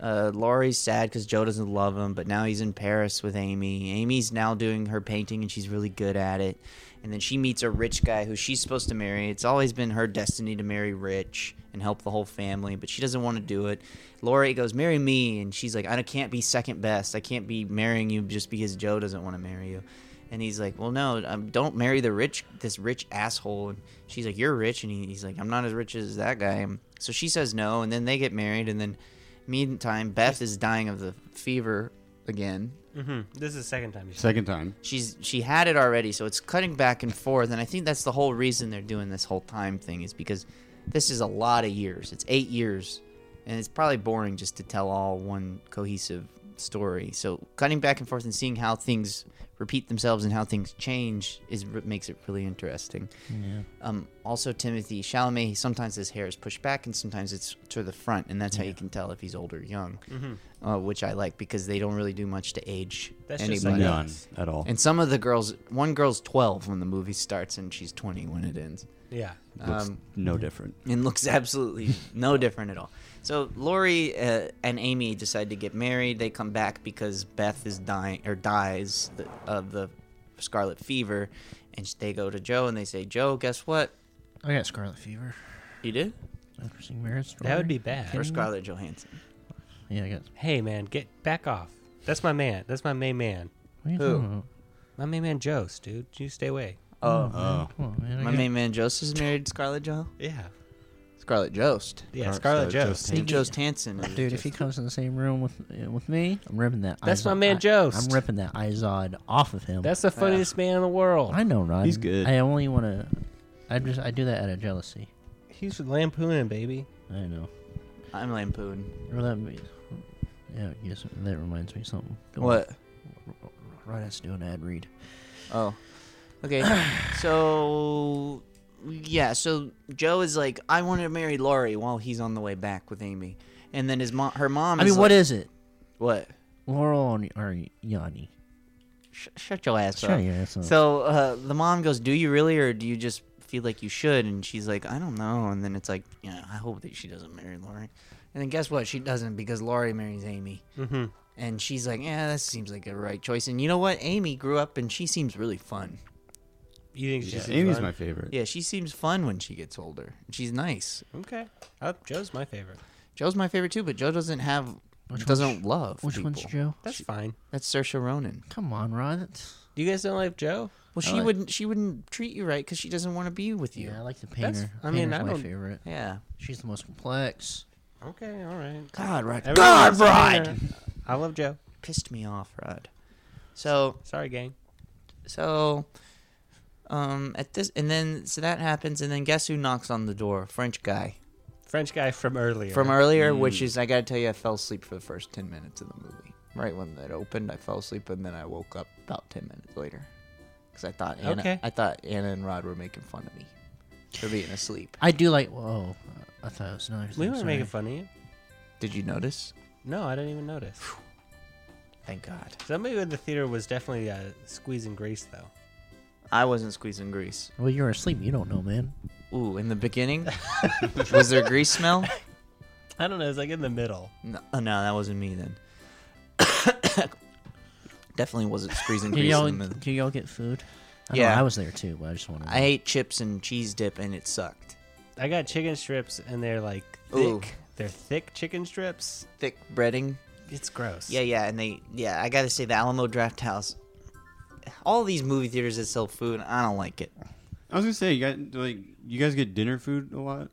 Speaker 2: Uh, Laurie's sad because Joe doesn't love him, but now he's in Paris with Amy. Amy's now doing her painting and she's really good at it. And then she meets a rich guy who she's supposed to marry. It's always been her destiny to marry rich and help the whole family, but she doesn't want to do it. Laurie goes, Marry me. And she's like, I can't be second best. I can't be marrying you just because Joe doesn't want to marry you. And he's like, "Well, no, um, don't marry the rich, this rich asshole." And she's like, "You're rich," and he, he's like, "I'm not as rich as that guy." And so she says no, and then they get married, and then meantime, Beth is dying of the fever again.
Speaker 4: Mhm. This is the second time. You said.
Speaker 5: Second time.
Speaker 2: She's she had it already, so it's cutting back and forth, and I think that's the whole reason they're doing this whole time thing is because this is a lot of years. It's eight years, and it's probably boring just to tell all one cohesive story. So cutting back and forth and seeing how things repeat themselves and how things change is makes it really interesting. Um, also, Timothy Chalamet, sometimes his hair is pushed back and sometimes it's to the front, and that's how you can tell if he's old or young, uh, which I like because they don't really do much to age
Speaker 4: Mm-hmm. That's
Speaker 2: anybody.
Speaker 4: just like
Speaker 5: None at all.
Speaker 2: And some of the girls, one girl's 12 when the movie starts and she's 20 when it ends.
Speaker 4: Yeah.
Speaker 5: Looks no different.
Speaker 2: And looks absolutely no different at all. So Lori uh, and Amy decide to get married. They come back because Beth is dying or dies th- of the scarlet fever. And sh- they go to Joe and they say, Joe, guess what?
Speaker 3: I got Scarlet Fever.
Speaker 2: You did?
Speaker 3: Interesting marriage story.
Speaker 4: That would be bad.
Speaker 2: Or Scarlett Johansson.
Speaker 3: Yeah, I got.
Speaker 4: Hey man, get back off. That's my man. That's my main man.
Speaker 3: What are you
Speaker 2: Who?
Speaker 3: talking about?
Speaker 4: My main man Jost, dude. You stay away.
Speaker 5: Oh.
Speaker 3: Come on, man. I
Speaker 2: My
Speaker 3: got-
Speaker 2: main man Jost is married Scarlett Jo?
Speaker 4: Yeah.
Speaker 2: Scarlett Jost.
Speaker 4: Yeah.
Speaker 5: Or
Speaker 4: Scarlett
Speaker 5: Scarlett
Speaker 4: Jost.
Speaker 5: Johansson.
Speaker 2: Steve Jost Hansen. is
Speaker 3: Dude, if
Speaker 2: just-
Speaker 3: he comes in the same room with uh, with me, I'm ripping that.
Speaker 4: That's
Speaker 3: Izod-
Speaker 4: my man
Speaker 3: I-
Speaker 4: Jost.
Speaker 3: I'm ripping that Izod off of him.
Speaker 4: That's the funniest man in the world.
Speaker 3: I know, Rod.
Speaker 5: He's good.
Speaker 3: I only want to. I just I do that out of jealousy.
Speaker 4: He's lampooning, baby.
Speaker 3: I know.
Speaker 2: I'm Lampoon.
Speaker 3: Or that me. Yeah, yes, that reminds me of something. Go on.
Speaker 2: What?
Speaker 3: Rod has to do an ad read.
Speaker 2: Oh. Okay, so yeah, so Joe is like, I want to marry Laurie while he's on the way back with Amy, and then his mom, her mom.
Speaker 3: I mean,
Speaker 2: is
Speaker 3: what
Speaker 2: like,
Speaker 3: is it?
Speaker 2: what?
Speaker 3: Laurel and, or Yanni?
Speaker 2: Sh- shut your ass
Speaker 3: Shut
Speaker 2: up.
Speaker 3: your ass up.
Speaker 2: So uh, the mom goes, "Do you really, or do you just feel like you should?" And she's like, "I don't know." And then it's like, "Yeah, I hope that she doesn't marry Laurie." And then guess what? She doesn't because Laurie marries Amy. Mm-hmm. And she's like, "Yeah, that seems like a right choice." And you know what? Amy grew up, and she seems really fun.
Speaker 4: You think she's
Speaker 5: Amy's
Speaker 4: fun?
Speaker 5: my favorite.
Speaker 2: Yeah, she seems fun when she gets older. She's nice.
Speaker 4: Okay. Oh, Joe's my favorite.
Speaker 2: Joe's my favorite too, but Joe doesn't have
Speaker 3: Which
Speaker 2: doesn't
Speaker 3: one's-
Speaker 2: love.
Speaker 3: Which
Speaker 2: people.
Speaker 3: one's Joe?
Speaker 4: That's fine.
Speaker 2: That's Saoirse Ronan.
Speaker 3: Come on, Rod. That's,
Speaker 4: You guys don't like Joe?
Speaker 2: Well, she
Speaker 3: like-
Speaker 2: wouldn't. She wouldn't treat you right because she doesn't want to be with you.
Speaker 3: yeah, I like the
Speaker 4: That's-
Speaker 3: painter.
Speaker 4: I mean,
Speaker 3: Painter's
Speaker 4: I
Speaker 3: my
Speaker 4: don't-
Speaker 3: favorite.
Speaker 2: Yeah.
Speaker 3: She's the most complex.
Speaker 4: Okay, all right.
Speaker 2: God, Rod.
Speaker 4: Everyone
Speaker 2: God,
Speaker 4: loves the
Speaker 2: Rod.
Speaker 4: painter. I love Joe.
Speaker 2: Pissed me off, Rod. So,
Speaker 4: Sorry, gang.
Speaker 2: so, um, at this, and then so that happens, and then guess who knocks on the door? French guy
Speaker 4: French guy from earlier.
Speaker 2: from earlier, which is I gotta tell you, I fell asleep for the first ten minutes of the movie. Right when that opened, I fell asleep, and then I woke up about ten minutes later because I thought Anna,
Speaker 4: Okay.
Speaker 2: I thought Anna and Rod were making fun of me for being asleep.
Speaker 3: I do like. Whoa, I thought it was another.
Speaker 4: We
Speaker 3: thing,
Speaker 4: weren't
Speaker 3: sorry.
Speaker 4: making fun of you.
Speaker 2: Did you notice?
Speaker 4: No, I didn't even notice.
Speaker 2: Thank God.
Speaker 4: Somebody in the theater was definitely uh, squeezing grease, though.
Speaker 2: I wasn't squeezing grease.
Speaker 3: Well, you're asleep. You don't know, man.
Speaker 2: Ooh, in the beginning, was there grease smell?
Speaker 4: I don't know. It's like in the middle.
Speaker 2: No, uh, no, that wasn't me then. Definitely wasn't squeezing
Speaker 3: Do
Speaker 2: grease.
Speaker 3: y'all
Speaker 2: in the middle.
Speaker 3: do y'all get food? I know
Speaker 2: Yeah.
Speaker 3: I was there too, but I just wanted.
Speaker 2: I ate chips and cheese dip, and it sucked.
Speaker 4: I got chicken strips, and they're like thick.
Speaker 2: Ooh.
Speaker 4: They're thick chicken strips.
Speaker 2: Thick breading.
Speaker 4: It's gross.
Speaker 2: Yeah, yeah, and they, yeah, I gotta say the Alamo Draft House. All these movie theaters that sell food, I don't like it.
Speaker 5: I was gonna say, you guys, like, you guys get dinner food a lot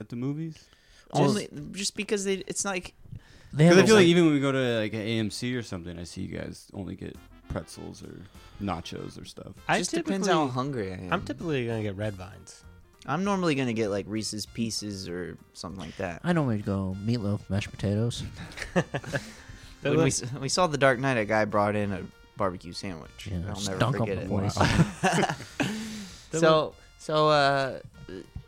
Speaker 5: at the movies.
Speaker 2: Only just because they, it's like
Speaker 3: They have
Speaker 5: Because I
Speaker 3: a
Speaker 5: feel like
Speaker 3: way-
Speaker 5: even when we go to like an AMC or something, I see you guys only get pretzels or nachos or stuff.
Speaker 4: I
Speaker 2: just depends how hungry I am.
Speaker 4: I'm typically gonna get red vines.
Speaker 2: I'm normally gonna get like Reese's Pieces or something like that.
Speaker 3: I normally go meatloaf, mashed potatoes.
Speaker 2: When we, s- we saw The Dark Knight, a guy brought in a barbecue sandwich.
Speaker 3: Yeah,
Speaker 2: I'll never
Speaker 3: stunk up
Speaker 2: forget
Speaker 3: the
Speaker 2: it.
Speaker 3: place.
Speaker 2: so so uh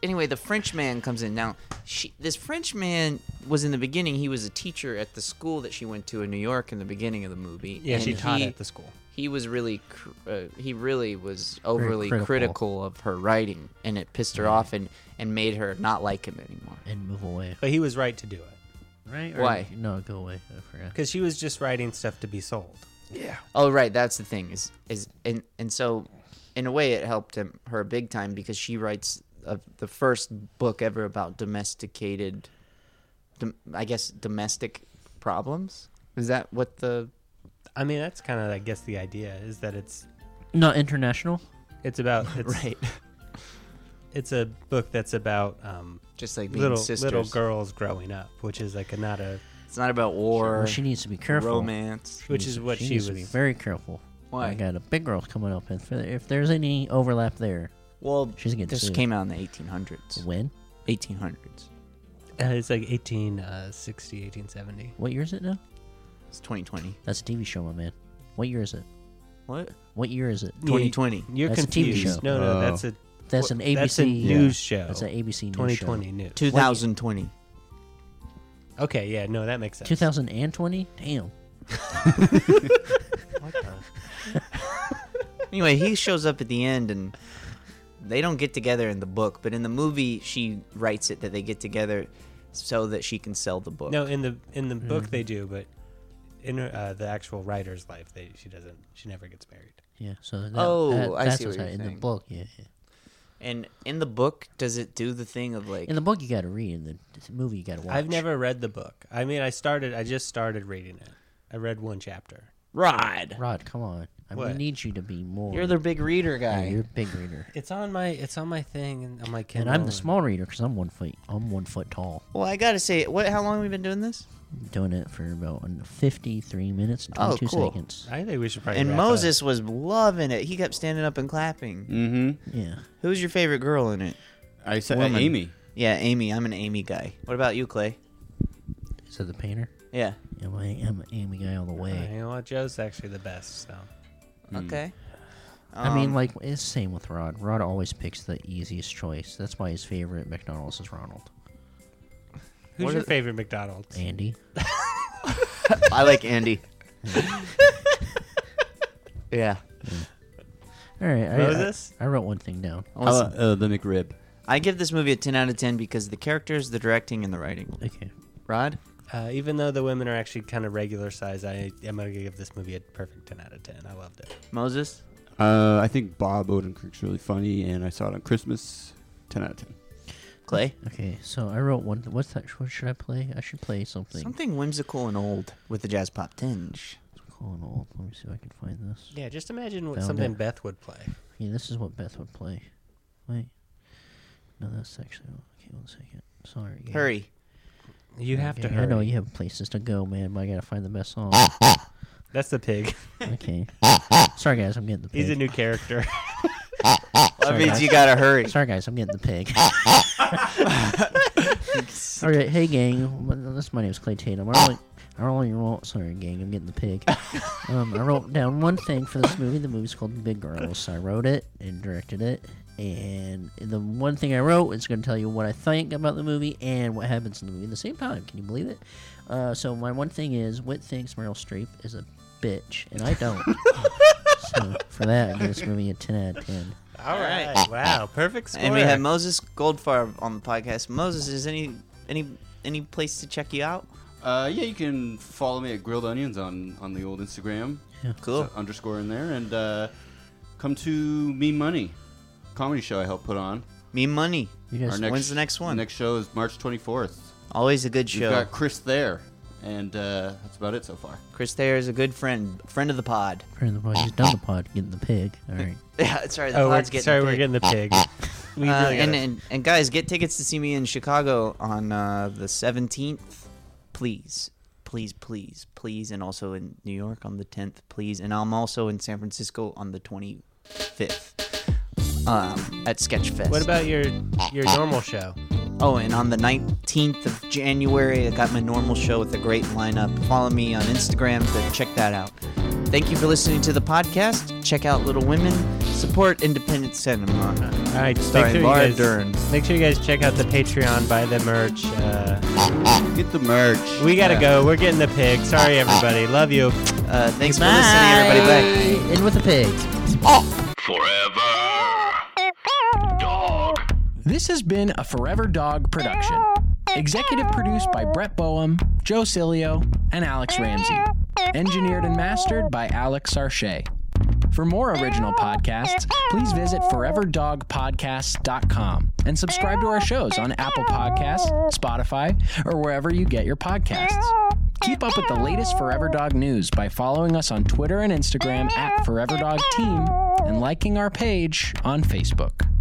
Speaker 2: anyway the french man comes in now she, this french man was in the beginning he was a teacher at the school that she went to in new york in the beginning of the movie
Speaker 4: yeah, she
Speaker 2: and
Speaker 4: taught
Speaker 2: he,
Speaker 4: at the school.
Speaker 2: he was really cr- uh, he really was overly
Speaker 3: critical.
Speaker 2: critical. of her writing and it pissed her off and and made her not like him anymore
Speaker 3: and move away.
Speaker 4: But he was right to do it
Speaker 3: Right?
Speaker 2: Why?
Speaker 3: No, go away. I forgot.
Speaker 4: because she was just writing stuff to be sold.
Speaker 2: oh right that's the thing is is and and so in a way it helped him her big time because she writes uh, the first book ever about domesticated dom- i guess domestic problems is that what the
Speaker 4: I mean, that's kind of, I guess, the idea is that it's
Speaker 3: Not international.
Speaker 4: it's about it's, It's a book that's about um,
Speaker 2: just like being
Speaker 4: little
Speaker 2: sisters
Speaker 4: little girls growing up, which is like a, not a
Speaker 2: it's not about war
Speaker 3: Well, she needs to be careful.
Speaker 2: romance
Speaker 3: She
Speaker 4: which
Speaker 3: needs
Speaker 4: is
Speaker 3: to-
Speaker 4: what she
Speaker 3: needs to
Speaker 4: was-
Speaker 3: be very careful.
Speaker 2: Why?
Speaker 3: I got a big girl coming up, and if, if there's any overlap there,
Speaker 2: well
Speaker 3: She's gonna get
Speaker 2: this
Speaker 3: sued.
Speaker 2: came out in the 1800s
Speaker 3: when?
Speaker 2: 1800s
Speaker 4: uh, it's like uh, 1860, 1870.
Speaker 3: What year is it now?
Speaker 2: it's 2020
Speaker 3: That's a TV show, my man. What year is it?
Speaker 2: what
Speaker 3: What year is it?
Speaker 2: 2020
Speaker 4: You're
Speaker 3: That's a TV
Speaker 4: confused.
Speaker 3: show.
Speaker 4: No, no,
Speaker 5: Oh.
Speaker 4: that's a
Speaker 3: That's an ABC
Speaker 4: that's a news show.
Speaker 3: That's an ABC news show.
Speaker 4: 2020 news.
Speaker 2: 2020
Speaker 4: Okay, yeah, no, that makes sense.
Speaker 3: 2020? Damn.
Speaker 2: Anyway, he shows up at the end and they don't get together in the book, but in the movie she writes it that they get together so that she can sell the book.
Speaker 4: No, in the in the book they do, but in her, uh, the actual writer's life, they she doesn't. She never gets married.
Speaker 3: Yeah. So that,
Speaker 2: Oh,
Speaker 3: that-
Speaker 2: I
Speaker 3: that's
Speaker 2: see
Speaker 3: what's
Speaker 2: what
Speaker 3: out
Speaker 2: you're
Speaker 3: in the
Speaker 2: saying.
Speaker 3: book. Yeah, yeah.
Speaker 2: And in the book, does it do the thing of like
Speaker 3: In the book, you got to read. In the the movie, you got to watch.
Speaker 4: I've never read the book. I mean, I started. I just started reading it. I read one chapter.
Speaker 2: Rod?
Speaker 3: Rod, come on. I we
Speaker 4: What?
Speaker 3: need you to be more.
Speaker 2: You're the big reader
Speaker 3: Yeah,
Speaker 2: guy.
Speaker 3: you're a big reader.
Speaker 4: It's on my. It's on my thing, and on my
Speaker 3: And
Speaker 4: Kindle.
Speaker 3: I'm the small reader because I'm one foot. I'm one foot tall.
Speaker 2: Well, I gotta say, what? How long have we been doing this?
Speaker 3: Doing it for about 53 minutes and
Speaker 2: Oh,
Speaker 3: 22
Speaker 2: cool.
Speaker 3: seconds.
Speaker 4: I think we should probably.
Speaker 2: And
Speaker 4: wrap
Speaker 2: Moses was loving it. He kept standing up and clapping.
Speaker 5: Mm-hmm.
Speaker 3: Yeah.
Speaker 2: Who's your favorite girl in it?
Speaker 5: I said
Speaker 2: Woman.
Speaker 5: Amy.
Speaker 2: Yeah, Amy. I'm an Amy guy. What about you, Clay?
Speaker 3: Is it the painter?
Speaker 2: Yeah.
Speaker 3: Yeah, well, I am an Amy guy all the
Speaker 4: Up. Uh,
Speaker 3: way.
Speaker 5: Hmm. Mm.
Speaker 4: you know what? Joe's actually the best. So
Speaker 2: Okay. Um,
Speaker 3: I mean, like it's same with Rod. Rod always picks the easiest choice. That's why his favorite McDonald's is Ronald.
Speaker 4: Who's your favorite McDonald's?
Speaker 3: Andy.
Speaker 9: I like Andy. yeah.
Speaker 3: All right, I-
Speaker 4: Moses?
Speaker 3: I, I wrote one thing down.
Speaker 5: How about, uh, the McRib.
Speaker 2: I give this movie a 10 out of 10 because of the characters, the directing, and the writing.
Speaker 3: Okay.
Speaker 2: Rod?
Speaker 4: Uh, even though the women are actually kind of regular size, I am gonna give this movie a perfect ten out of ten. I loved it.
Speaker 2: Moses?
Speaker 5: Uh, I think Bob Odenkirk's really funny, and I saw it on Christmas. Ten out of ten.
Speaker 2: Clay?
Speaker 3: Okay, so I wrote one. What's that? What should I play? I should play something.
Speaker 2: Something whimsical and old with the jazz pop tinge.
Speaker 3: Cool and old. Let me see if I can find this.
Speaker 4: Yeah, just imagine what
Speaker 3: Found
Speaker 4: something
Speaker 3: it.
Speaker 4: Beth would play.
Speaker 3: Yeah, this is what Beth would play. Wait. No, that's actually. Okay, one second. Sorry. yeah.
Speaker 2: Hurry.
Speaker 4: You have to
Speaker 3: Okay, I
Speaker 4: hurry.
Speaker 3: know you have places to go, man, but I gotta find the best song.
Speaker 4: That's the pig.
Speaker 3: okay. Sorry, guys, I'm getting the pig.
Speaker 4: He's a new character.
Speaker 2: That means you gotta hurry.
Speaker 3: Sorry, guys, I'm getting the pig. All right, hey gang, my- this my name's Clay Tatum. I wrote, I wrote, wrote, sorry gang, I'm getting the pig. Um, I wrote down one thing for this movie. The movie's called Big Girls. I wrote it and directed it, and the one thing I wrote is going to tell you what I think about the movie and what happens in the movie at the same time. Can you believe it? Uh, so my one thing is, Whit thinks Meryl Streep is a bitch, and I don't. so for that, I give this movie a ten out of ten.
Speaker 4: All
Speaker 2: right.
Speaker 4: right. Wow. Perfect score.
Speaker 2: And we have Moses Goldfarb on the podcast. Moses, is any any any place to check you out?
Speaker 5: Uh, yeah, you can follow me at Grilled Onions on on the old Instagram.
Speaker 2: Cool.
Speaker 5: It's a underscore in there, and uh, come to Me Money comedy show I helped put on.
Speaker 2: Me money.
Speaker 3: You guys,
Speaker 2: When's the next one?
Speaker 5: Next show is March 24th.
Speaker 2: Always a good
Speaker 5: We've
Speaker 2: show.
Speaker 5: got Chris there, and uh, that's about it so far.
Speaker 2: Chris Thayer is a good friend, friend of the pod.
Speaker 3: Friend of the pod. He's done the pod, getting the pig. All right.
Speaker 2: Yeah, sorry, the
Speaker 4: Oh, we're,
Speaker 2: pod's getting
Speaker 4: sorry, we're
Speaker 2: big.
Speaker 4: getting the pig. We
Speaker 2: Uh,
Speaker 4: really
Speaker 2: and,
Speaker 4: gotta-
Speaker 2: and and guys, get tickets to see me in Chicago on uh, the seventeenth, please, please, please, please, and also in New York on the tenth, please, and I'm also in San Francisco on the twenty fifth. Um, at Sketchfest.
Speaker 4: what about your your normal show?
Speaker 2: Oh, and on the 19th of January, I got my normal show with a great lineup. Follow me on Instagram to check that out. Thank you for listening to the podcast. Check out Little Women. Support independent cinema.
Speaker 4: All right.
Speaker 2: Starring
Speaker 4: make sure
Speaker 2: Laura
Speaker 4: you guys,
Speaker 2: Dern.
Speaker 4: Make sure you guys check out the Patreon. Buy the merch. Uh,
Speaker 5: Get the merch.
Speaker 4: we gotta go. We're getting the pig. Sorry, everybody. Love you.
Speaker 2: Uh, thanks for listening, everybody. Bye.
Speaker 3: In with the pig.
Speaker 1: Forever. Dog.
Speaker 10: This has been a Forever Dog production. Executive produced by Brett Boehm, Joe Cilio, and Alex Ramsey. Engineered and mastered by Alex Sarche. For more original podcasts, please visit foreverdogpodcasts.com and subscribe to our shows on Apple Podcasts, Spotify, or wherever you get your podcasts. Keep up with the latest Forever Dog news by following us on Twitter and Instagram at Forever Dog Team and liking our page on Facebook.